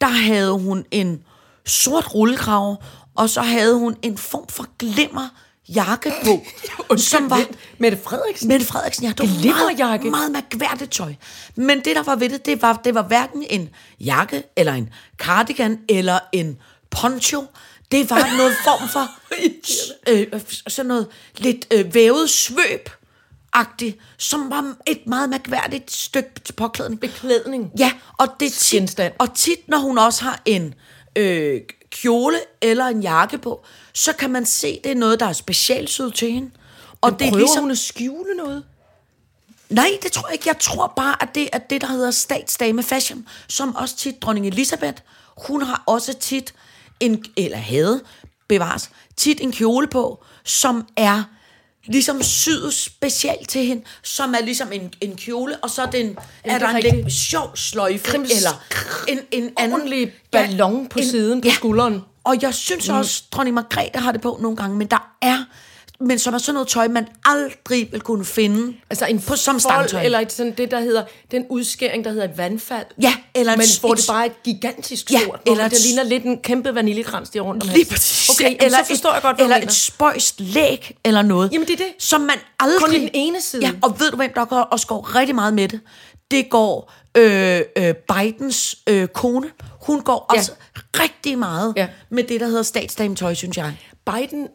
der havde hun en sort rullekrave, og så havde hun en form for glimmer jakke på, som var...
Mette Frederiksen?
Mette Frederiksen, ja, det var
Glimmerjakke.
meget, meget mærkværdigt tøj. Men det, der var ved det, det var, det var hverken en jakke, eller en cardigan, eller en poncho. Det var noget form for s- øh, sådan noget lidt øh, vævet svøb agtigt som var et meget mærkværdigt stykke påklædning.
Beklædning.
Ja, og det er tit,
Genstand.
og tit, når hun også har en øh, kjole eller en jakke på, så kan man se, det er noget, der er specialsyet til hende. Og det er
Prøver
ligesom,
hun at skjule noget?
Nej, det tror jeg ikke. Jeg tror bare, at det er det, der hedder statsdame fashion, som også tit dronning Elisabeth, hun har også tit en, eller havde, bevares, tit en kjole på, som er ligesom syet specielt til hende, som er ligesom en, en kjole, og så er, den, er
det er
der en
rigtigt.
lidt sjov sløjfe,
Krims-
eller en, en anden...
ordentlig ballon på siden på skulderen.
Og jeg synes
Mm.
også, dronning Margrethe har det på nogle gange, men der er men som er sådan noget tøj, man aldrig vil kunne finde
Altså en
på, som
fold,
stamtøj.
eller et, sådan det, der hedder, den udskæring, der hedder et vandfald.
Ja, eller en-
Men hvor
et-
det bare er et gigantisk
Ja,
stort, hvor
eller
det
et-
ligner lidt en kæmpe vaniljekrans, de har rundt om
Lige
halsen.
præcis.
Okay, jamen,
eller
så forstår
et,
jeg godt, hvad
Eller
du
et
mener.
spøjst læg eller noget.
Jamen, det er det.
Som man aldrig...
Kun i den ene side.
Ja, og ved du, hvem der går og går rigtig meget med det? Det går øh, øh, Bidens øh, kone. Hun går
Ja.
også rigtig meget
Ja.
med det, der hedder statsdametøj, synes jeg.
Biden,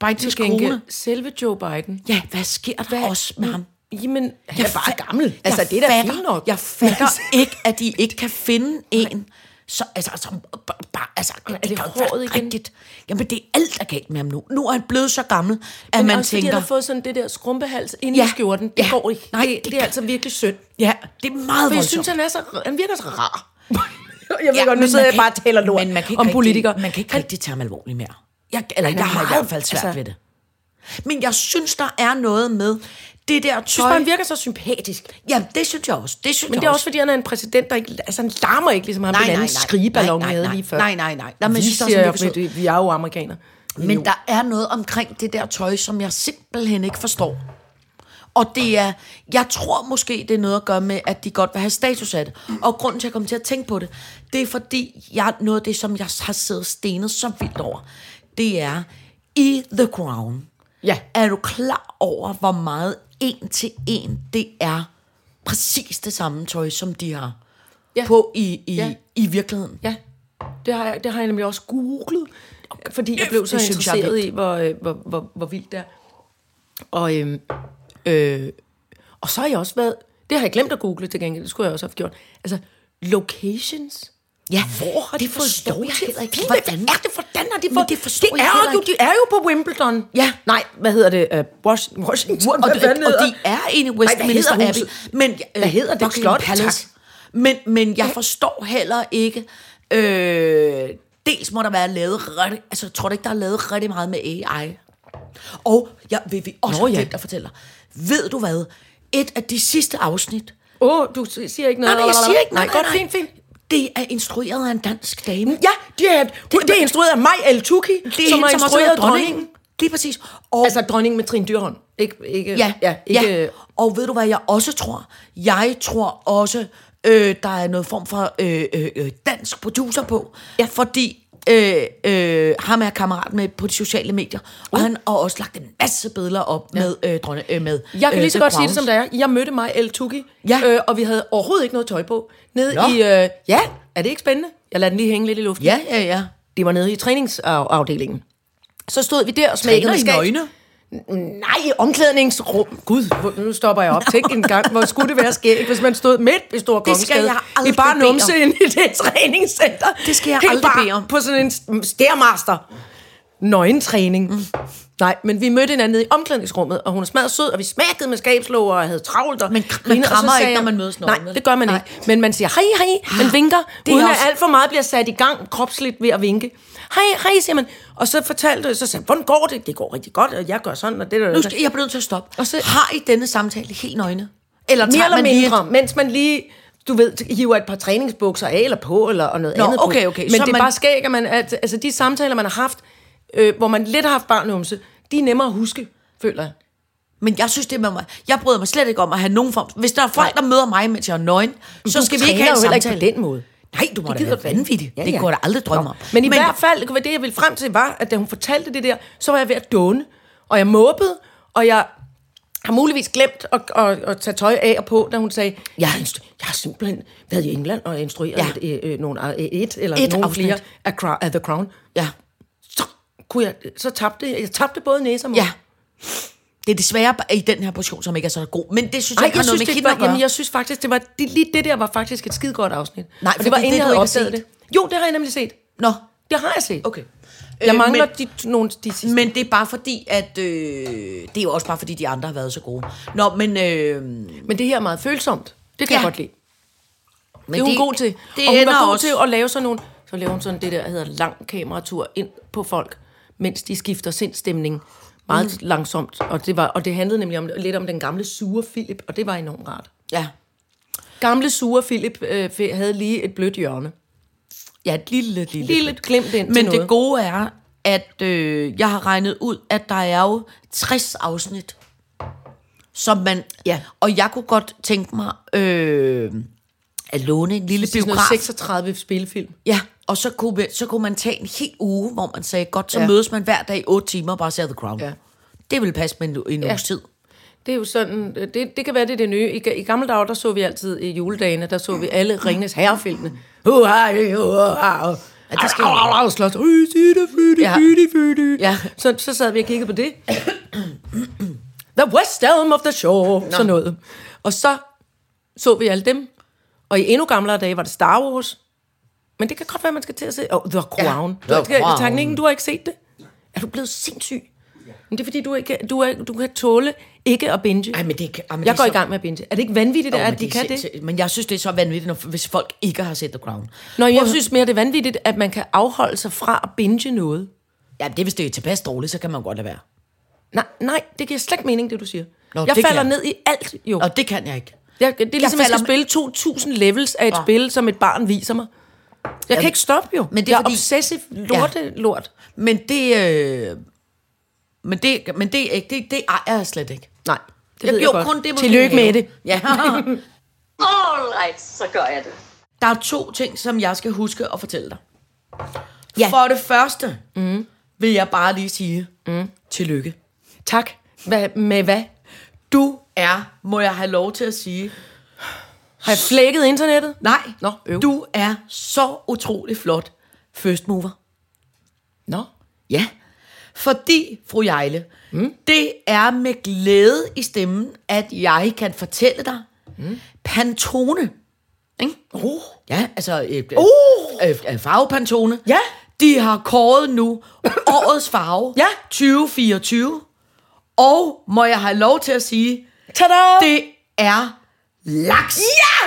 Bidens
til
kone.
gengæld, selve Joe Biden.
Ja, hvad sker der hvad? også med ham?
Jamen, han er bare
fa-
gammel. Altså,
jeg
det er da
fatter,
fint nok.
Jeg fatter ikke, at de ikke kan finde en, så, altså, altså, b- bare, altså, det,
det
det kan jo ikke
håret
være
igen?
rigtigt. Jamen, det er alt, der er galt med ham nu. Nu er han blevet så gammel, at
Men
man
også
tænker...
fordi han altså, har fået sådan det der skrumpehals inde
Ja.
i skjorten. Det
Ja.
går ikke.
Nej,
det,
det
det, er altså virkelig synd.
Ja, det er meget
For jeg
voldsomt.
synes, han, er så, han virker så rar. jeg ved
ja,
ja, godt, nu
men
sidder
man
jeg
kan
bare og
ikke-
taler lort
men man kan ikke
om
rigtig-
politikere.
Man kan ikke rigtig tage ham alvorligt mere. Jeg, eller,
er
jeg har i
meget-
hvert fald svært
altså-
ved det. Men jeg synes, der er noget med, det der
Jeg synes bare,
tøj...
han virker så sympatisk.
Jamen, det synes jeg også. Det synes
Men
jeg
det er også, fordi han er en præsident, der ikke... Altså, han larmer ikke, ligesom ham den anden skrigeballon,
nej,
jeg havde
nej,
lige før.
Nej, nej, nej. nej men,
Vi,
jeg synes, også,
siger,
han virker sød.
det, vi er jo amerikanere.
men der er noget omkring det der tøj, som jeg simpelthen ikke forstår. Og det er, jeg tror måske, det er noget at gøre med, at de godt vil have status af det. Og grunden til, at jeg kom til at tænke på det, det er fordi, jeg, noget af det, som jeg har siddet stenet så vildt over, det er, i The Crown,
Ja.
er du klar over, hvor meget en til en det er præcis det samme tøj, som de har
Ja.
på i, i,
Ja.
i virkeligheden?
Ja, det har, jeg, det har jeg nemlig også googlet, fordi jeg blev så
det synes jeg er
interesseret i, hvor, øh, hvor, hvor, hvor vildt det er. Og, øhm, øh, og så har jeg også været, det har jeg glemt at google til gengæld, det skulle jeg også have gjort, altså locations.
Ja,
Hvor har de fået lov til at filme?
Hvordan
Hvad er det, hvordan har de
Men
fået...
det forstår
de
jeg
er
heller
jo,
ikke.
De er jo på Wimbledon.
Ja.
Nej, hvad hedder det? Uh, Washington. Washington.
Og,
hvad
og, og de er inde i Westminster
hedder
Abbey.
huset?
Men, øh,
Hvad hedder det?
Buckingham
Slottet,
Palace. Men, men jeg forstår heller ikke... Øh, dels må der være lavet rigtig... Altså, jeg tror da ikke, der er lavet rigtig meget med AI. Og jeg vil vi også
Nå,
Nå,
ja.
ja. at fortælle dig. Ved du hvad? Et af de sidste afsnit...
Åh, oh, du siger ikke
Nej,
noget.
nej, jeg siger ikke... Nej, nej,
godt,
nej.
fint, fint.
Det er instrueret af en dansk dame.
Ja, de er, det, det er instrueret af mig, El Tuki,
Det er
som
hende,
har
som også er
instrueret
dronningen.
dronningen.
Lige præcis. Og
Altså dronningen med Trine Dyrholm. Ikke, ikke,
Ja, øh,
ja, ikke, øh, ja.
Og ved du, hvad jeg også tror? Jeg tror også, øh, der er noget form for øh, øh, øh, dansk producer på. Ja. Fordi øh, øh, ham er kammerat med på de sociale medier,
Uh.
og han har også lagt en masse billeder op ja. med, øh, dronne, øh, med
Jeg kan
øh,
lige så
The
godt sige det, som
Crowns.
det er. Jeg mødte mig, El Tuki,
Ja.
øh, og vi havde overhovedet ikke noget tøj på. Nede
Nå.
i... Øh, ja, er det ikke spændende? Jeg lader den lige hænge lidt i luften.
Ja, ja, ja.
Det var nede i træningsafdelingen. Så stod vi der og smækkede
Træner
med
i
skab.
nøgne?
Nej, i omklædningsrum. Gud, hvor- nu stopper jeg op. Tænk en gang, hvor skulle det være skægt, hvis man stod midt i Stor
Det skal jeg
I
aldrig
bare
bede om.
numse ind i det træningscenter.
Det skal jeg
Helt
aldrig
bare
bede om.
på sådan en stærmaster. Nøgentræning. Mm. Nej, men vi mødte hinanden nede i omklædningsrummet, og hun er smadret sød, og vi smækkede med skabslåger og havde travlt. Og
Men kr- man
griner, og så
krammer
sagde
ikke,
jeg-
når man mødes nøgen,
Nej,
vel?
det gør man
Nej. Ah,
ikke. Men man siger hej, hej, man vinker,
det er
uden
også-
at alt for meget bliver sat i gang kropsligt ved at vinke. Hej, hej, siger man. Og så fortalte så sagde jeg, hvordan går det? Det går rigtig godt, og jeg gør sådan, og det der.
Nu skal, jeg bliver nødt til at stoppe.
Og så-
har I denne samtale helt nøgne? Eller
mere
tager
eller
man lige et-
mindre, lige... mens man lige du ved, hiver et par træningsbukser af eller på, eller og noget
Nå,
andet
okay,
på.
okay.
Men
Så
det er
man-
bare skæg, at, man, at altså, de samtaler, man har haft, øh, hvor man lidt har haft barn og numse, de er nemmere at huske, føler jeg.
Men jeg synes, det er med mig. Jeg bryder mig slet ikke om at have nogen form. Hvis der er folk, der
Nej.
møder mig, mens jeg er nøgen, så skal vi ikke have en
jo
samtale.
ikke på den måde.
Nej, du må
Det
da
gider
være
du ikke.
vanvittig.
Ja,
Det
ja.
kunne jeg da aldrig drømme
Nå,
om.
Men i
Men-
hvert fald, hvad det jeg ville frem til var, at da hun fortalte det der, så var jeg ved at dåne, og jeg måbede, og jeg har muligvis glemt at, at, at tage tøj af og på, da hun sagde, jeg, har instru- jeg har simpelthen været i England og instrueret
Ja.
ja. et, øh, nogle, øh, et eller
Et
et nogle
afsnit.
flere af, Crow- af The Crown.
Ja,
Så, kunne jeg, så tabte jeg, jeg tabte både næse og mund.
ja. Det er desværre bare i den her portion, som ikke er så god. Men det synes
Ej,
jeg ikke
jeg
har noget
synes,
med
det
kinder
var,
at gøre.
jamen, jeg synes faktisk, det var, det, lige det der var faktisk et skidegodt afsnit.
Nej,
og det
fordi
var
det
inden
er
jeg
det,
havde
du ikke har
opdaget det. Jo, det har jeg nemlig set.
Nå,
Det har jeg set.
okay.
Jeg
Øh,
mangler
men-
de, nogle, de sidste.
Men det er bare fordi, at... Øh, det er jo også bare fordi, de andre har været så gode. Nå, men... Øh,
Men det her er meget følsomt. Det kan
Ja.
jeg godt lide. Men det
Men
er hun
det-
god til.
det
og hun
ender
var god
også-
til at lave sådan nogle... Så laver hun sådan det der, der hedder lang kameratur ind på folk, mens de skifter sindstemning meget mm. langsomt. Og det, var, og det handlede nemlig om, lidt om den gamle sure Philip, og det var enormt rart.
ja.
Gamle sure Philip øh, fe- havde lige et blødt hjørne.
Ja, et lille, lille...
Lige lidt glemt ind til
Men
noget.
det gode er, at øh, jeg har regnet ud, at der er jo 60 afsnit, som man...
Ja.
Og jeg kunne godt tænke mig øh, at låne en lille
Det er sådan noget
biograf.
36 spillefilm.
Ja, og så kunne, man, så kunne man tage en hel uge, hvor man sagde, godt, så
Ja.
ja. mødes man hver dag i 8 timer og bare ser The Crown.
Ja.
Ja. Det ville passe med en, en ja. uges tid.
Det er jo sådan, øh, det, det kan være, det er det nye. I, ga- I gamle dage, der så vi altid i juledagene, der så vi alle Ringnes herrefilmene. Hurra, hurra,
Ja, det skal man.
og slås. Øh, sig det, fy det,
Ja.
fy det, fy det.
Ja.
Så, så sad vi og kiggede på det. the West Elm of the Shore, no. sådan noget. Og så så vi alle dem. Og i endnu gamlere dage var det Star Wars. Men det kan godt være, man skal til at se. Oh, The Crown.
The
Ja, the
Crown.
Crown. Teknikken, du har ikke set det. Er du blevet sindssyg? Men det er fordi, du, ikke, du, er, du kan tåle ikke at binge.
Ej, men det kan- ej, men
jeg
det er
går i
så-
gang med at binge. Er det ikke vanvittigt,
Jo,
at
men
de
er
kan det?
sindssygt. Men jeg synes, det er så vanvittigt, når, hvis folk ikke har set The Crown.
Nå, jeg
Prøv-
synes mere, det er vanvittigt, at man kan afholde sig fra at binge noget.
Ja, det, hvis det er tilpas dårligt, så kan man godt lade være.
Nej, nej, det giver slet ikke mening, det du siger.
Nå,
jeg
det kan
falder
jeg.
ned i alt, jo.
Og det kan jeg ikke.
Jeg, det er ligesom, jeg,
falder
jeg skal spille 2.000 levels af et
Nå.
spil, som et barn viser mig. Jeg kan ikke stoppe jo.
men det er
jeg
fordi-
obsessiv lorte ja. lort.
Men det... Øh, men det, men det, er ikke, det, det ejer jeg slet ikke.
Nej, det
jeg
ved
gjorde
godt.
kun det, måske
Tillykke med
have.
det.
Ja.
All right, så gør jeg det.
Der er to ting, som jeg skal huske at fortælle dig.
Ja.
Ja. For det første mm. vil jeg bare lige sige mm. tillykke.
Tak. Hva, med hvad?
Du er, må jeg have lov til at sige,
Har jeg flækket internettet?
nej,
Nå, øv.
du er så utrolig flot first mover.
Nå.
Ja, fordi, fru Jejle, mm. det er med glæde i stemmen, at jeg kan fortælle dig, mm. Pantone, ikke?
Oh.
Ja, altså øh, øh, øh, øh, farvepantone.
Ja.
De har kåret nu årets farve
Ja.
2024. Og må jeg have lov til at sige,
Tada!
det er laks. Ja!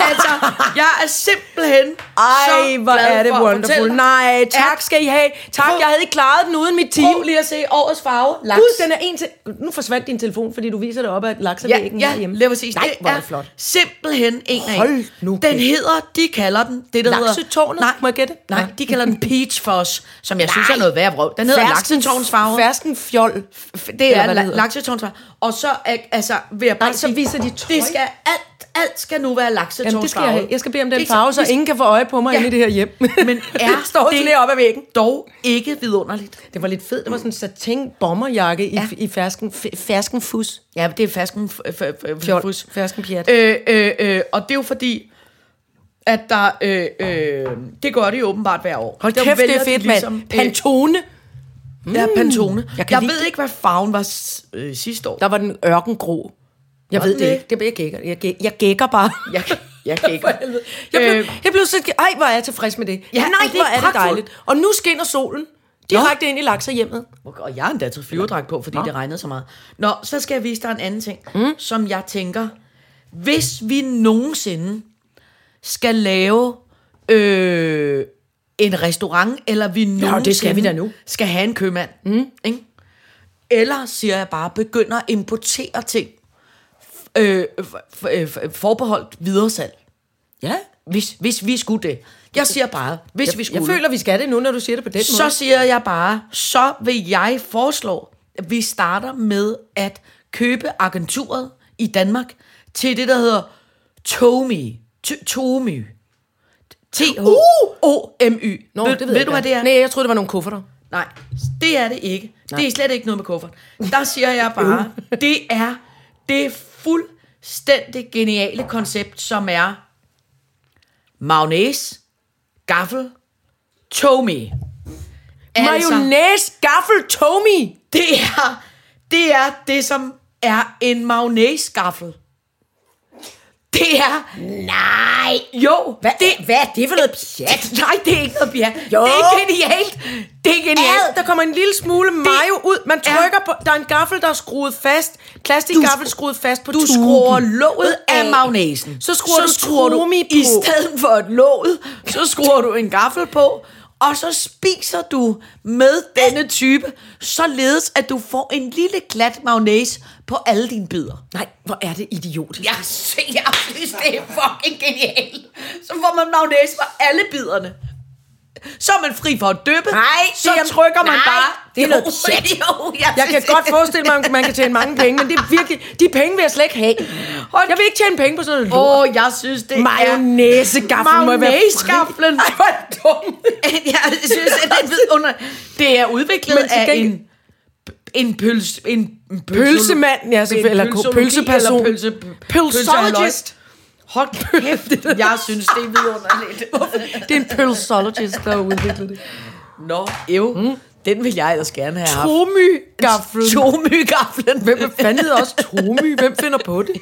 altså, jeg er simpelthen
Ej,
så
hvor
glad
er det
for at fortælle
wonderful.
dig.
Nej, tak skal I have. Tak, jeg havde ikke klaret den uden mit team.
Prøv lige at se årets farve, laks.
Gud, den er en til... Nu forsvandt din telefon, fordi du viser det op ad laksevæggen
ja,
herhjemme.
Ja, lige præcis.
Nej,
det
hvor er
er
det flot.
simpelthen en af.
Hold nu
Den
kæft.
hedder, de kalder den, det der
Laksetårnet,
hedder... Nej,
må jeg gætte?
Nej,
Nå.
de kalder den Peach Fuzz, som jeg Nej. synes er noget værre vrøvl. Den hedder Laksetårnets farve.
Fersken fjol.
Det
Eller
er
hvad det
la-
hedder.
Laksetårnets farve. Og så er- altså, vil jeg bare
Nej, så
sige,
viser de tøj.
Det skal alt, alt skal nu være Laksetårnets
Jamen, det skal jeg have. Jeg skal bede om den
Det er
farve,
så-
så
vi skal-
ingen kan få øje på mig ja. inde i det her hjem.
Men er
står også
det-
lige op ad væggen.
Dog ikke vidunderligt.
Det var lidt fedt. Det var sådan en satin bomberjakke ja. i, i fersken, f- fersken fus.
Ja, det er fersken f- f- f-
Fjol.
fus.
Fersken pjat.
Øh, øh, øh, og det er jo fordi, at der, øh, øh, det gør det jo åbenbart hver år.
Hold
Der
kæft, det
vælger
er
de
fedt, ligesom, mand.
øh,
Pantone.
Ja, Pantone.
Jeg
Jeg,
kan
jeg
lide
ved
det.
ikke, hvad farven var s- øh, sidste år.
Der var den ørkengrå. Jeg
Var
ved
den
det
det?
ikke. Det jeg gækker. Jeg, gæ- jeg gækker bare.
Jeg, jeg kan ikke.
For helvede. jeg, blev,
Øh,
jeg blev så... Ej, hvor er jeg tilfreds med det.
Ja,
Nej,
og det er
hvor er det
pragtfuldt.
dejligt. Og nu skinner solen direkte ind i lakserhjemmet.
og jeg har endda taget flyverdragt på, fordi Nå. det regnede så meget. Nå, så skal jeg vise dig en anden ting, mm. som jeg tænker, hvis vi nogensinde skal lave øh, en restaurant, eller vi nogensinde
det skal vi da nu.
skal have en købmand, mm. ikke? eller siger jeg bare, begynder at importere ting, f- øh, f- f- øh, f- forbeholdt videresalg.
Ja.
hvis, hvis vi skulle det. Jeg siger bare, hvis vi skulle
Jeg føler, vi skal det nu, når du siger det på den
så
måde.
siger jeg bare, så vil jeg foreslå, at vi starter med at købe agenturet i Danmark til det, der hedder Tomi. T- Tomi. T-H-O-M-Y.
Nå,
ved,
det ved,
ved
jeg
du, hvad det
ikke.
er?
Nej, jeg troede, det var nogle kufferter.
Nej, det er det ikke. Nej. Det er slet ikke noget med kuffert. Der siger jeg bare, det er det fuldstændig geniale koncept, som er mayonnaise, gaffel, tomi.
Altså- Mayonnaise, gaffel, Tommy.
det er, det er det, som er en mayonnaise-gaffel. Det er... Nej! Jo! Hvad, det, hvad er det for noget pjat? Nej, det er ikke noget pjat.
Jo.
Det er genialt! Det er genialt!
Ad. Der kommer en lille smule mayo ud. Man trykker på... Der er en gaffel, der er skruet fast. Plastikgaffel
Du-
skruet fast på
Du
tuben.
skruer låget af
Af.
magnesen.
Så skruer du Trumi på.
I stedet for et låg, så skruer du en gaffel på, og så spiser du med denne type, således at du får en lille glat mayonnaise på alle dine bidder.
Nej, hvor er det idiotisk.
Jeg ser, jeg synes, det er fucking genialt. Så får man mayonnaise på alle biderne. Så er man fri for at dyppe.
Nej,
så
det er-
trykker man
nej,
bare.
det er
Jo,
noget pjat.
Jo, jeg,
Jeg kan
synes-
godt forestille mig, at man kan tjene mange penge, men det er virkelig... De penge vil jeg slet ikke have. Jeg vil ikke tjene penge på sådan noget lort.
Åh, oh, jeg synes, det er...
Mayonnaise-gaffel må være fri.
Mayonnaise-gaflen.
Ej, hvor er det dumt.
jeg synes, at den ved under... Det er udviklet
Men til
af
gengæld-
en... En pøls... En
Pølsemand, ja, selvfølgelig. Eller ko- pølseperson.
Pølse,
Pølsologist.
Hold kæft, jeg synes, det er vidunderligt.
Det er en pølsologist, der har udviklet det.
Nå, ev. Mm. Den vil jeg ellers gerne have haft.
Tromy-gaffel.
Tomygaflen.
Hvem fanden hedder også Tomy? Hvem finder på det?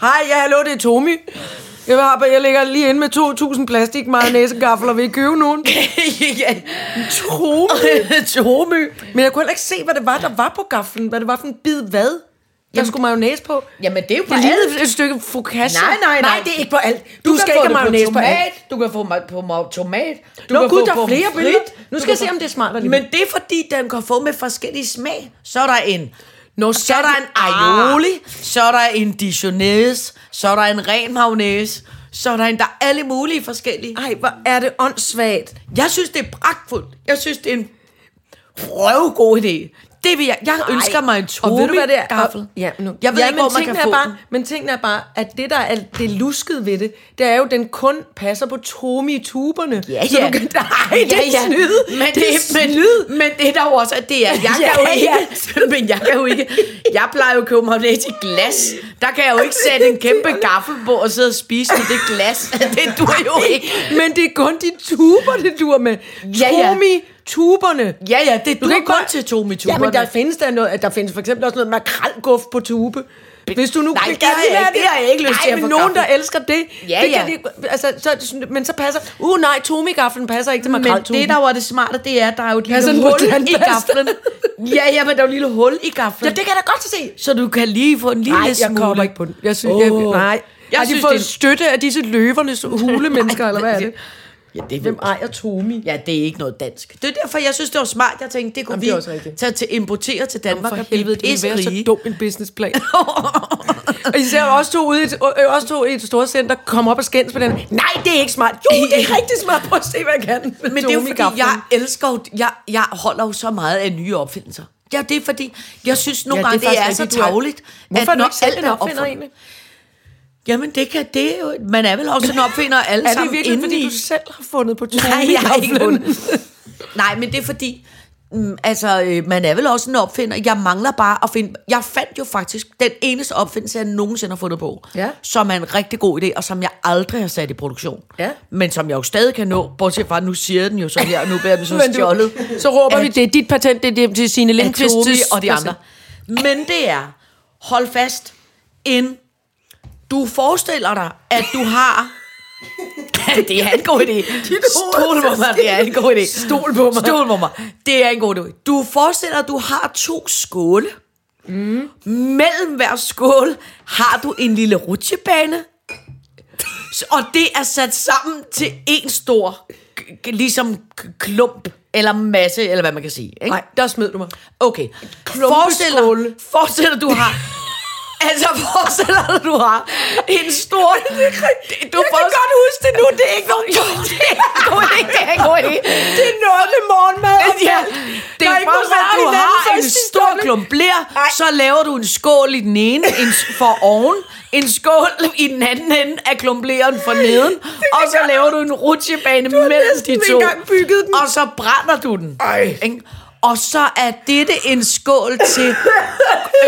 Hej, ja, hallo, det er Tomy. Jeg, har, jeg ligger lige inde med 2.000 plastik mayonnaisegafler. Vil I købe nogen?
ja.
Tomy.
Tomy.
Men jeg kunne heller ikke se, hvad det var, der var på gaflen. Hvad det var for en bid hvad. Der skulle mayonnaise på.
Jamen, det er jo
Det lignede et stykke focaccia.
Nej, nej, nej.
Nej, det er ikke på alt.
Du, du skal ikke have mayonnaise på
alt.
tomat, Du kan få ma- på ma- tomat. Du
Nå
kan
gud,
få
der er
på
flere
frit.
billeder.
Du
Nu skal
kan
jeg se,
få-
om det er smart.
Men det er fordi, den kan få med forskellige smag. Så er der en...
Nå,
Så er der en aioli,
Ah.
så er der en dijonnaise, så er der en ren mayonnaise, så er der en, der er alle mulige forskellige.
Ej, hvor er det åndssvagt.
Jeg synes, det er pragtfuldt. Jeg synes, det er en røvgod idé. Det vil jeg. Jeg Ej. ønsker mig en
Og
tobi
ved du, hvad det er?
Gaffel.
Ja, nu.
Jeg ved
ja,
ikke,
men
hvor man
tingene
kan få
er bare,
den.
Men tingene er bare, at det, der er det luskede ved det, det er jo, at den kun passer på Tomi-tuberne.
Ja,
Så
ja.
du kan, nej, det er snyde.
Men det, er
snyde.
Men, men det er der jo også, at det er. Jeg kan
Ja,
jo ikke,
ja.
men jeg kan jo ikke, jeg plejer jo at købe mayonnaise i glas. Der kan jeg jo ikke sætte en kæmpe gaffel på og sidde og spise med det glas. Det dur jo ikke.
Men det er kun de tuber, det dur med.
Ja, ja.
Tomi-tuberne.
Ja, ja, det
Du
dur
kan ikke
kun
bare-
til Tomi
Ja, men der findes der noget, der findes for eksempel også noget makrelguff på tube. Hvis du nu
Nej,
vil
det har
gerne
jeg
have
ikke. Det har jeg ikke lyst
nej,
til at
men
få
nogen,
gaffel.
der elsker det.
Ja,
det
ja.
Kan de, altså, så, men så passer... Uh, nej, Tomi-gaffelen passer ikke til
Men
makreltuben.
det, der jo er det smarte, det er, at der er jo et
Passer
lille
den på
hul i
tandpasta?
gaflen. Ja, ja, men der er jo et lille hul i
Ja,
gaflen.
det kan jeg da godt se.
Så du kan lige få en lille
Nej, jeg
smule.
kommer ikke på den. Jeg synes,
Åh.
jeg, nej. Jeg
Jeg
har de
synes,
fået
det er-
støtte af disse løvernes hulemennesker, eller hvad er det?
Ja, det
Hvem
ved jeg.
ejer Tomi?
Ja, det er ikke noget dansk. Det er derfor, jeg synes, det var smart. Jeg tænkte, det kunne
Jamen, det er også
vi
rigtigt.
tage til importere til Danmark
For
og blive
helvede, det ville være så
pisserige.
dum en businessplan. og især også to ude i et, øh, også to i et stort center kom op og skændes på den. Nej, det er ikke smart. Jo, det er rigtig smart. Prøv at se, hvad jeg kan.
Men det er jo fordi, jeg elsker jo, jeg, jeg holder jo så meget af nye opfindelser. Ja, det er fordi, jeg synes nogle
Ja,
ja,
det er
gange, det er,
faktisk
så
rigtigt, du er-
tavligt,
Hvorfor er du
når
ikke selv
alt
en
er
opfinder
opfundet.
egentlig?
Jamen, det kan det er jo. Man er vel også en opfinder alle
Er det
sammen
virkelig, fordi
indeni.
du selv har fundet på Tomi?
Nej, jeg har ikke vundet. Nej, men det er fordi, mm, altså, øh, man er vel også en opfinder. Jeg mangler bare at finde... Jeg fandt jo faktisk den eneste opfindelse, jeg nogensinde har fundet på,
Ja.
som er en rigtig god idé, og som jeg aldrig har sat i produktion.
Ja.
Men som jeg jo stadig kan nå, bortset fra, nu siger jeg den jo så her, og nu bliver den så
Men du-
stjålet.
Så råber
At-
vi, det er dit patent, det er til Signe
af
Lindqvist.
Tobi og de andre. Men det er, hold fast, en... Du forestiller dig, at du har... det er en god idé. Stol på mig, det er en god idé. Stol på mig. Stol på mig. Det er en god idé. Du forestiller dig, at du har to skåle. Mm. Mellem hver skål har du en lille rutsjebane. S- Og det er sat sammen til en stor, k- k- ligesom k- klump, eller masse, eller hvad man kan sige. Ikke?
Nej, der smed du mig.
Okay.
klumpeskål.
Forestil dig, forestil dig, du har... altså, forestil dig, du har en stor... Du
Jeg kan godt huske det nu, det er ikke noget.
det er en god idé, det er en god idé.
Det er noget med morgenmad. og
Ja,
mælk.
det
Der
er,
er
er
ikke
bare,
nogen,
at
der
du
hinanden
har en
først i
stor
stolen.
klump blær, så laver du en skål i den ene en s- for oven, en skål i den anden ende af klumplæren for neden, og så laver du en rutsjebane mellem
næsten
de
ikke
to.
engang bygget den.
Og så brænder du den.
Ej.
Ikke? Og så er dette en skål til,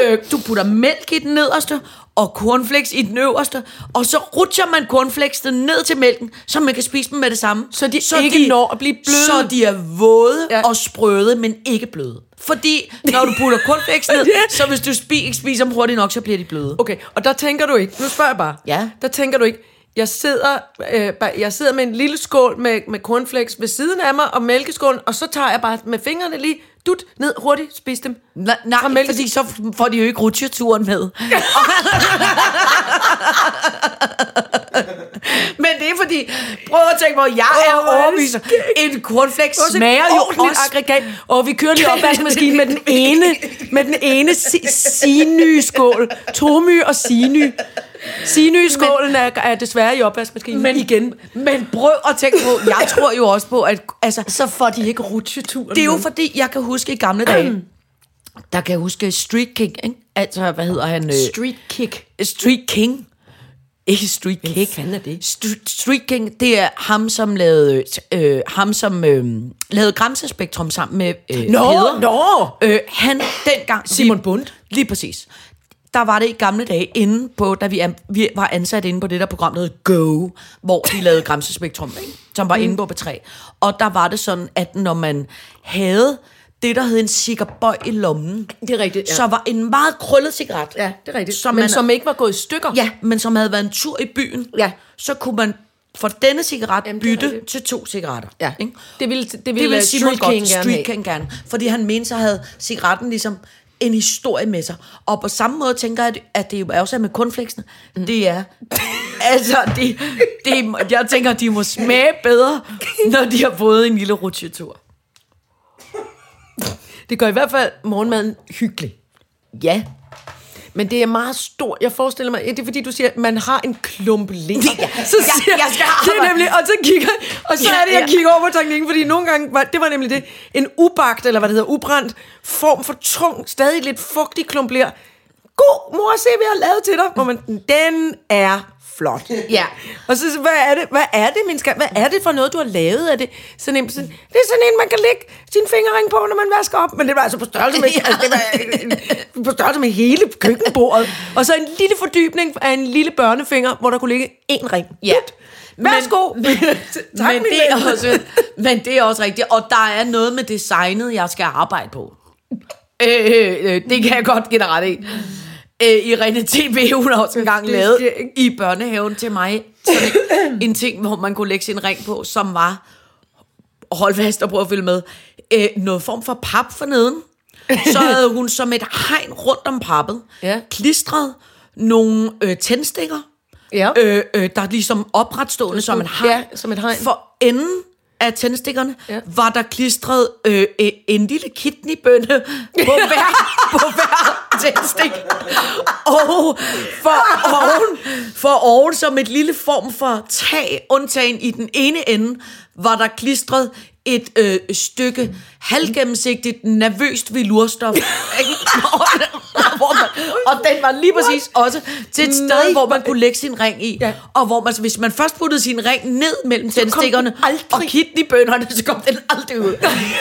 øh, du putter mælk i den nederste, og cornflakes i den øverste, og så rutscher man cornflakesene ned til mælken, så man kan spise dem med det samme.
Så de ikke når at blive bløde.
Så de er våde
Ja.
ja. og sprøde, men ikke bløde. Fordi når du putter cornflakes ned, så hvis du spi- ikke spiser dem hurtigt nok, så bliver de bløde.
Okay, og der tænker du ikke, nu spørger jeg bare.
Ja.
Der tænker du ikke, jeg sidder, øh, bare- jeg sidder med en lille skål med, med cornflakes ved siden af mig, og mælkeskålen, og så tager jeg bare med fingrene lige, dut, ned, hurtigt, spis dem.
Nej,
Fra
nej
mælken.
fordi så får de jo ikke rutsjeturen med. Men det er fordi, prøv at tænke på, jeg
Åh, hvor er
er
det
overbevist. En cornflakes
Også et
smager jo
ordentligt
også
aggregat. Og vi kører lige opvaskemaskinen med den ene, med den ene si- siny-skål. Tomy og siny. Siny-skålen er, er desværre i opvaskemaskinen.
Men igen, men prøv at tænke på, jeg tror jo også på, at altså,
så får de ikke rutsjeturen.
det er jo fordi, jeg kan huske i gamle dage, der kan jeg huske Street King, ikke? altså hvad hedder han? øh,
street kick.
Street King. Ikke Street King.
fanden er det?
St- Street King, det er ham, som lavede, øh, ham, som, øh, lavede Gramsespektrum sammen med øh, Peder.
nå.
Øh, han dengang...
Simon Bundt.
Lige præcis. Der var det i gamle dage, inde på, da vi, am- vi var ansat inde på det der program, der hed Go, hvor de lavede Gramsespektrum, ikke? som var
Mm.
inde på B3. Og der var det sådan, at når man havde det, der hed en cigarbøj i lommen,
Det er rigtigt, ja.
så var en meget krøllet cigaret,
Ja, det er rigtigt.
Som
men
man-
som ikke var gået i stykker.
Ja, men som havde været en tur i byen,
Ja.
så kunne man for denne cigaret
Jamen,
Jamen,
det
bytte
er rigtigt.
til to cigaretter.
Ja.
Ikke?
Det ville, det ville,
Det ville
Simon
Simon
Street
godt,
King gerne
Street
have.
King gerne. Fordi han mente, så havde cigaretten ligesom en historie med sig. Og på samme måde tænker jeg, at det jo er også er med cornflakesene. Mm. Det er... altså, det, det, jeg tænker, de må smage bedre, når de har fået en lille rutsjetur.
Det gør i hvert fald morgenmaden hyggelig.
Ja.
Men det er meget stort. Jeg forestiller mig, ja, det er fordi, du siger, at man har en klump lever.
Ja,
så
ja,
siger,
jeg skal
det er
arbejde.
nemlig, og så kigger, og så
Ja,
er det, jeg
ja.
kigger over på teknikken, fordi nogle gange, var, det var nemlig det, en ubagt, eller hvad det hedder, ubrændt, form for tung, stadig lidt fugtig klump ler. God mor, se, hvad jeg har lavet til dig. Hvor man, den er flot.
Ja.
Og så, hvad er det, hvad er det, min skat? Hvad er det for noget, du har lavet af det? Sådan en, sådan, det er sådan en, man kan lægge sin fingerring på, når man vasker op. Men det var altså på størrelse med,
Ja.
altså, det var, øh, på størrelse med hele køkkenbordet. Og så en lille fordybning af en lille børnefinger, hvor der kunne ligge en ring.
Ja.
Dut. Værsgo.
Men, men,
Tak,
men,
min
det
ven.
er også, men det er også rigtigt. Og der er noget med designet, jeg skal arbejde på. Øh, øh, øh, det kan jeg godt give dig ret i. Øh, Irene TV, hun har også engang
Det
lavet
sker ikke.
i børnehaven til mig sådan en, en ting, hvor man kunne lægge sin ring på, som var, hold fast og prøv at følge med, øh, noget form for pap for neden. Så havde hun som et hegn rundt om pappet,
Ja.
klistret nogle øh, tændstikker,
Ja.
øh, øh, der er ligesom opretstående som en hegn.
Ja, som et hegn.
For enden af tændstikkerne
Ja.
ja. var der klistret øh, øh, en lille kidneybønne på hver, på hver tændstik. Og for oven, for oven som et lille form for tag, undtagen i den ene ende, var der klistret et øh, stykke halvgennemsigtigt, nervøst velurstof. Ikke? Hvor man- og den var lige præcis også til et
Nej,
sted, hvor man kunne lægge sin ring i.
Ja.
Ja. Og hvor man, så hvis man først puttede sin ring ned mellem tændstikkerne
den aldrig-
og kidneybønderne, så kom den aldrig ud.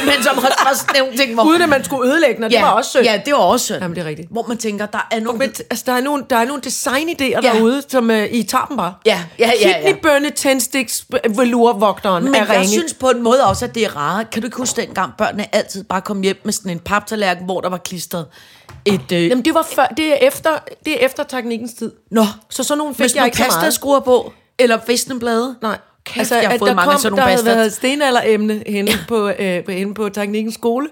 Men som også var sådan nogle ting, hvor...
Uden at man skulle ødelægge den, ja. det var også øh, sødt.
Ja, det var også sødt.
Jamen, det er rigtigt.
Hvor man tænker, der er nogle...
Men t- altså, der er nogle, der er nogle designidéer ja.
Ja.
derude, som øh, I tager dem bare.
Ja, ja, ja, ja.
Kidneybønne, tændstiks, b- velourvogteren
Men
er
jeg
ringe.
synes på en måde også, at det er rare. Kan du ikke huske dengang, børnene altid bare kom hjem med sådan en paptallerken, hvor der var klistret et... Øh,
Jamen, det, var før, det, er efter, det er efter teknikkens tid.
nå,
Så sådan nogle
hvis
fik jeg
man
ikke så
pasta
meget.
skruer på, eller visneblade.
Nej.
Kæft, altså, jeg har
at
fået
der
mange
kom,
af sådan nogle
der
bastards.
havde været stenalderemne henne, ja. på, øh, på, henne på teknikkens skole,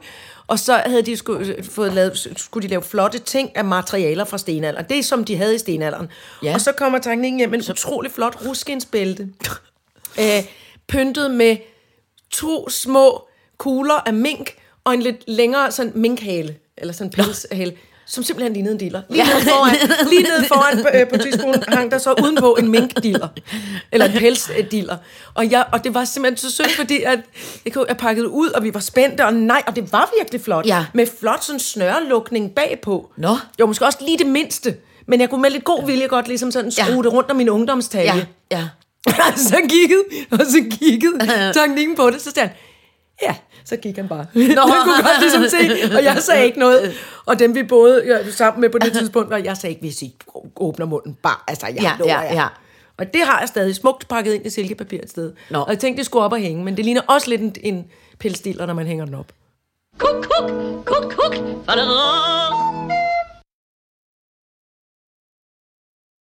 og så havde de sku, fået lavet, skulle de lave flotte ting af materialer fra stenalderen. Det er som de havde i stenalderen. Ja.
Ja.
Og så kommer teknikken hjem med en så... utrolig flot ruskensbælte, øh, pyntet med to små kugler af mink og en lidt længere sådan minkhale, eller sådan pelshale, som simpelthen lignede en diller. Lige nede foran, lige nede foran på, øh, på tidspunkt hang der så udenpå en minkdiller, eller en pelsdiller. Og, jeg, og det var simpelthen så sødt, fordi at, jeg, kunne, jeg pakkede ud, og vi var spændte, og nej, og det var virkelig flot.
Ja.
Med flot sådan snørlukning bagpå.
Nå.
Jo, måske også lige det mindste. Men jeg kunne med lidt god vilje godt ligesom sådan
Ja.
skrue det rundt om min ungdomstalje.
Ja, ja.
Og så kiggede, og så kiggede teknikken på det, så sagde han, ja, så gik han bare. Nå. han kunne godt ligesom se, og jeg sagde ikke noget. Og dem vi boede ja, sammen med på det tidspunkt, og jeg sagde ikke, hvis I åbner munden, bare, altså jeg
Ja,
lover
ja,
jer."
ja.
Og det har jeg stadig smukt pakket ind i silkepapir et sted.
Nå.
Og jeg tænkte, det skulle op og hænge, men det ligner også lidt en, en pelsdiller, når man hænger den op.
Kuk, kuk, kuk, kuk.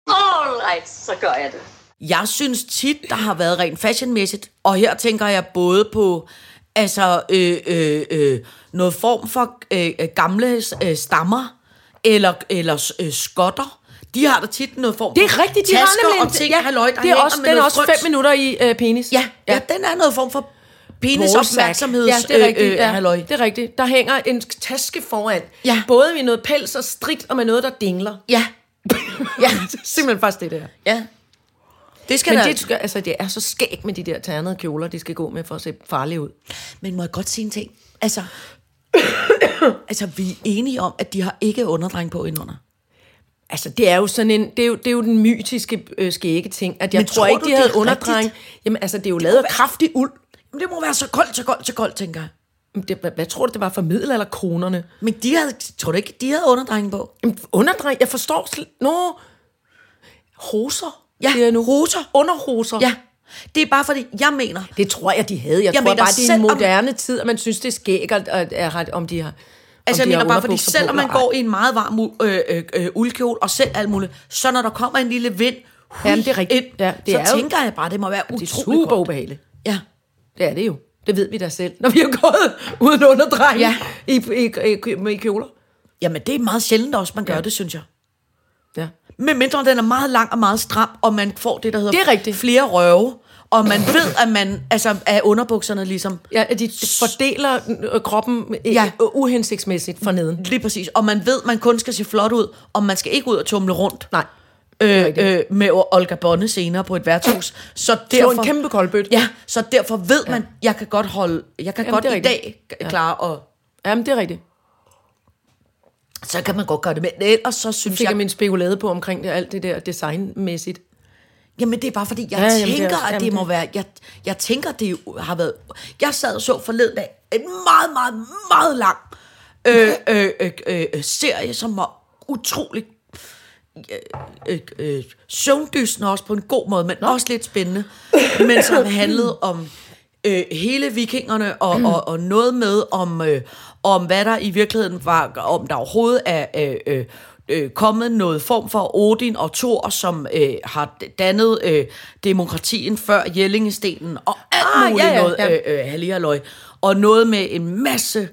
All right, så gør jeg det.
Jeg synes tit, der har været rent fashionmæssigt, og her tænker jeg både på altså øh, øh, øh, noget form for øh, øh, gamle øh, stammer, eller, eller øh, skotter. De har da tit noget form
Det
for
er rigtigt, de
tasker
har nemlig...
og ting, ja, halløj, der
det er
hænger
også,
med
den er
noget
også
fryns.
fem minutter i øh, penis.
Ja, ja. ja, den er noget form for penis
Ballsack.
opmærksomheds
Ja, det er rigtigt.
øh, øh,
ja.
halløj.
Det er rigtigt. Der hænger en taske foran.
Ja.
Både med noget pels og strikt, og med noget, der dingler.
Ja,
Ja. Simpelthen faktisk det der.
ja. Det skal
Men
der...
det, skal- altså, det er så skægt med de der ternede kjoler, de skal gå med for at se farlige ud.
Men må jeg godt sige en ting? Altså, altså vi er enige om, at de har ikke underdreng på indenunder.
Altså, det er jo sådan en, det er jo, det er jo den mytiske øh, skægge ting, at jeg
Men
tror,
tror
ikke,
du,
de
det er
havde
rigtigt?
underdreng. Jamen, altså, det er jo lavet af kraftig uld.
Men det må være så koldt, så koldt, så koldt, tænker jeg.
Men Det, hvad, hvad tror du, det var for middelalderkronerne?
Men de havde, tror du ikke, de havde underdrengen på?
Jamen, underdreng, jeg forstår slet... Nå, hoser.
Ja,
Det er nu.
hoser.
Underhoser.
Ja, det er bare fordi, jeg mener,
Det tror jeg, de havde. Jeg, jeg
Jeg
tror
mener,
bare, det er en
selv om-
moderne om... tid, og man synes, det er skækkert, at, at, at, om de har
altså
om
jeg
de har
mener bare, fordi
underbukser på
selvom man
eller ej.
går i en meget varm u- øh, øh, øh, uldkjole, og selv alt muligt, så når der kommer en lille vind, hui,
Jamen, det er rigtigt.
Ind,
Ja,
ja,
det
det så
er jo-
tænker jeg bare, det må være
Det er
utroligt
super
koldt.
ubehageligt.
Ja.
Det er det jo. Det ved vi da selv, når vi har gået uden underdreng
Ja.
i, i, i, i, i kjoler.
Jamen, det er meget sjældent også, man gør ja. det, synes jeg.
Ja.
Med mindre den er meget lang og meget stram, og man får det, der hedder
Det er rigtigt.
flere røve, og man ved, at man altså, er underbukserne ligesom
Ja, at de fordeler øh, kroppen øh,
Ja.
ja. uhensigtsmæssigt for neden.
Lige præcis. Og man ved, man kun skal se flot ud, og man skal ikke ud og tumle rundt.
Nej.
Øh,
rigtigt.
øh, med Olga Bonne senere på et værtshus. Så
Det
derfor,
var en kæmpe koldbødt.
Ja, så derfor ved man, jeg kan godt holde, jeg kan
Jamen,
godt
det er
i dag
rigtigt.
k- klare, og
Jamen, det er rigtigt.
så kan man godt gøre det. Men ellers så synes
Fik jeg
jeg,
min spekulade på omkring det, alt det der designmæssigt.
Jamen, det er bare fordi, jeg ja,
Ja, jamen, det
tænker, jamen, det
er også-
at det
jamen,
må
det-
være... Jeg, jeg tænker, det har været... Jeg sad og så forleden dag en meget, meget, meget lang øh, øh, øh, øh, øh, serie, som var utrolig øh, øh, øh, søvndysende også på en god måde, men Nå. også lidt spændende, men som handlede om øh, hele vikingerne og, og, og noget med om, øh, om hvad der i virkeligheden var, om der overhovedet er øh, øh, øh, kommet noget form for Odin og Thor, som øh, har dannet øh, demokratien før Jellingestenen og alt
Ah,
muligt
ja, ja,
noget
ja.
Øh, øh, hallihalløj. og noget med en masse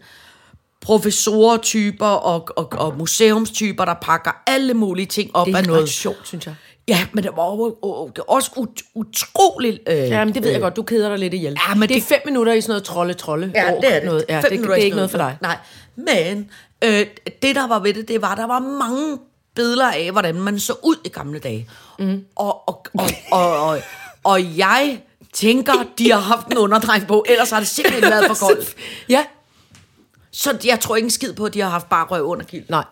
professorer-typer og, og, og museumstyper, der pakker alle mulige ting op
Det er
af
noget
noget.
sjovt, synes jeg.
Ja, men det var over- o- o- også ut, utroligt... Øh,
Ja, men det ved jeg godt. Du keder dig lidt ihjel.
Ja, men
det er
det-
fem minutter i sådan noget trolde-trolde.
Ja, det er det.
Noget. Ja,
Fem
det, det,
minutter
er
i
ikke noget for
sådan
dig.
Nej, men øh, det, der var ved det, det var, at der var mange billeder af, hvordan man så ud i gamle dage. Mm. Og, og, og, og, og, og jeg tænker, de har haft en underdreng på, ellers har det simpelthen været for koldt.
Ja,
Så jeg tror ikke en skid på, at de har haft bare røv under kilden.
Nej.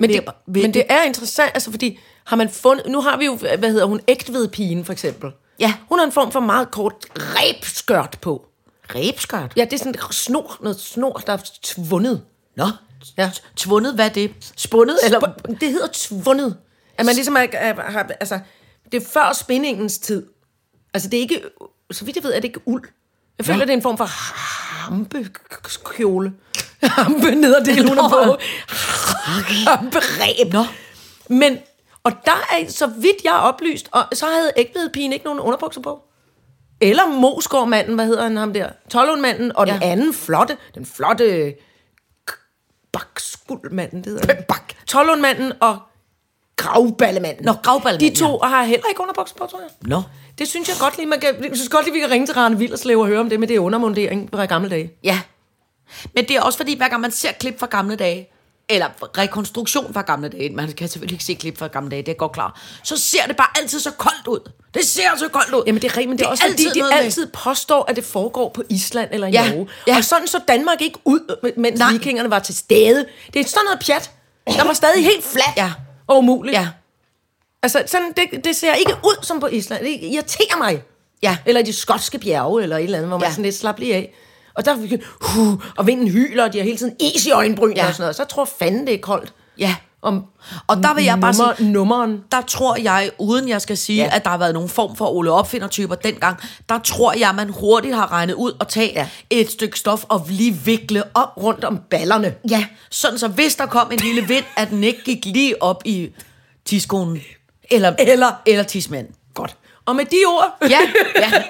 Men det,
Vil- vil
men
det-
det er interessant, altså fordi har man fundet... Nu har vi jo, hvad hedder hun, ægtved pigen for eksempel.
Ja.
Hun har en form for meget kort rebskørt på.
Rebskørt?
Ja, det er sådan et snor, noget snor, der er tvundet.
Nå,
Ja.
tvundet, hvad er det? Spundet? Eller?
Sp- det hedder tvundet. At man ligesom er, er, har, altså, det er før spændingens tid. Altså det er ikke, så vidt jeg ved, er det ikke uld. Jeg føler, det er en form for hampekjole. Hampe nederdel, hun er
Nå.
på. Hampereb.
Nå,
Men, og der er, så vidt jeg er oplyst, og så havde ægtevedpigen ikke nogen underbukser på. Eller Mosgårdmanden, hvad hedder han ham der? Tolundmanden, og ja. den
Ja.
anden flotte, den flotte øh, K- bakskuldmanden, det hedder han. Bak. Tolundmanden og gravballemanden.
Nå, Gravballemanden,
De to har heller ikke underbukser på, tror jeg.
Nå.
Det synes jeg godt lige, man kan, jeg synes godt lige, vi kan ringe til Rane Villerslev og høre om det med det undermundering fra gamle dage.
ja. Men det er også fordi, hver gang man ser klip fra gamle dage, eller rekonstruktion fra gamle dage, man kan selvfølgelig ikke se klip fra gamle dage, det er godt klar, så ser det bare altid så koldt ud. Det ser så koldt ud.
Jamen det er rigtigt, men det, det er også fordi, de
noget med-
altid med. påstår, at det foregår på Island eller i
Ja,
ja, Norge.
ja.
Ja. Og sådan så Danmark ikke ud, mens
Nej.
Nej. vikingerne var til stede. Det er sådan noget pjat. Der var stadig helt fladt
Ja.
og umuligt.
Ja,
Altså, sådan, det, det ser ikke ud som på Island. Det irriterer mig.
Ja.
Eller i de skotske bjerge eller et eller andet, hvor man
Ja.
ja. sådan lidt slapper lige af. Og der uh, og vinden hyler, og de har hele tiden is i øjenbryn
Ja.
ja. og sådan noget. Så tror fanden, det er koldt.
ja.
Om
Og der vil jeg bare sige,
nummer, nummeren.
der tror jeg, uden jeg skal sige, ja.
Ja.
at der har været nogen form for Ole Opfinder-typer dengang, der tror jeg, man hurtigt har regnet ud og tage ja.
Ja.
et stykke stof og lige vikle op
rundt om ballerne.
Ja, sådan så hvis der kom en lille vind, at den ikke gik lige op i tiskonen. Eller, eller, eller tismanden.
Godt. Og med de ord...
Ja, ja.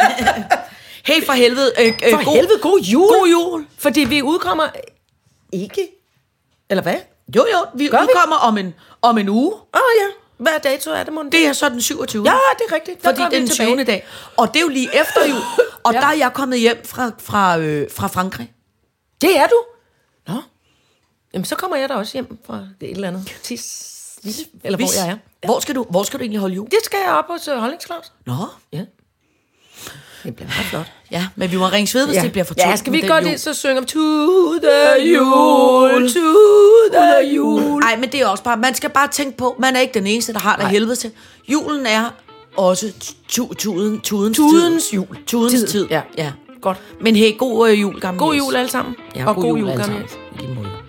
Hey for helvede. Øh, øh,
For
god-
helvede, god jul.
God jul.
Fordi vi udkommer ikke. Eller hvad?
Jo, jo, vi
Gør vi?
udkommer om en, om en uge.
Åh oh, ja. Hvad dato er det, mon?
Det er så den 27.
Ja, det er rigtigt. Der
Fordi
går vi
det er den
tilbage.
20. dag. Og det er jo lige efter jul. Og ja.
Ja.
der er jeg kommet hjem fra, fra, øh, fra Frankrig.
det er du. Nå. Jamen, så kommer jeg da også hjem fra et eller andet. Tis. Tis. Eller
Hvis-
hvor jeg er.
Hvor skal, du, hvor skal du egentlig holde jul?
Det skal jeg op hos uh, Holdningsklaus.
Nå,
Ja. Det bliver meget flot.
ja, men vi må ringe ved, hvis ja. det bliver for tungt
ja, skal vi
med
ikke
den
godt
jul.
ind, så synge om To the jul, to the jul.
Nej, men det er også bare, man skal bare tænke på, man er ikke den eneste, der har det helvede til. Julen er også tu, tuden, tudens,
Tudens
tid.
jul.
Tudens tid.
Tid, ja.
ja.
Godt.
Men hey, god øh, jul, gamle
God
Niels.
jul alle sammen.
Ja, og god, god jul, jul
gamle
alle sammen.
Niels.
I lige måde.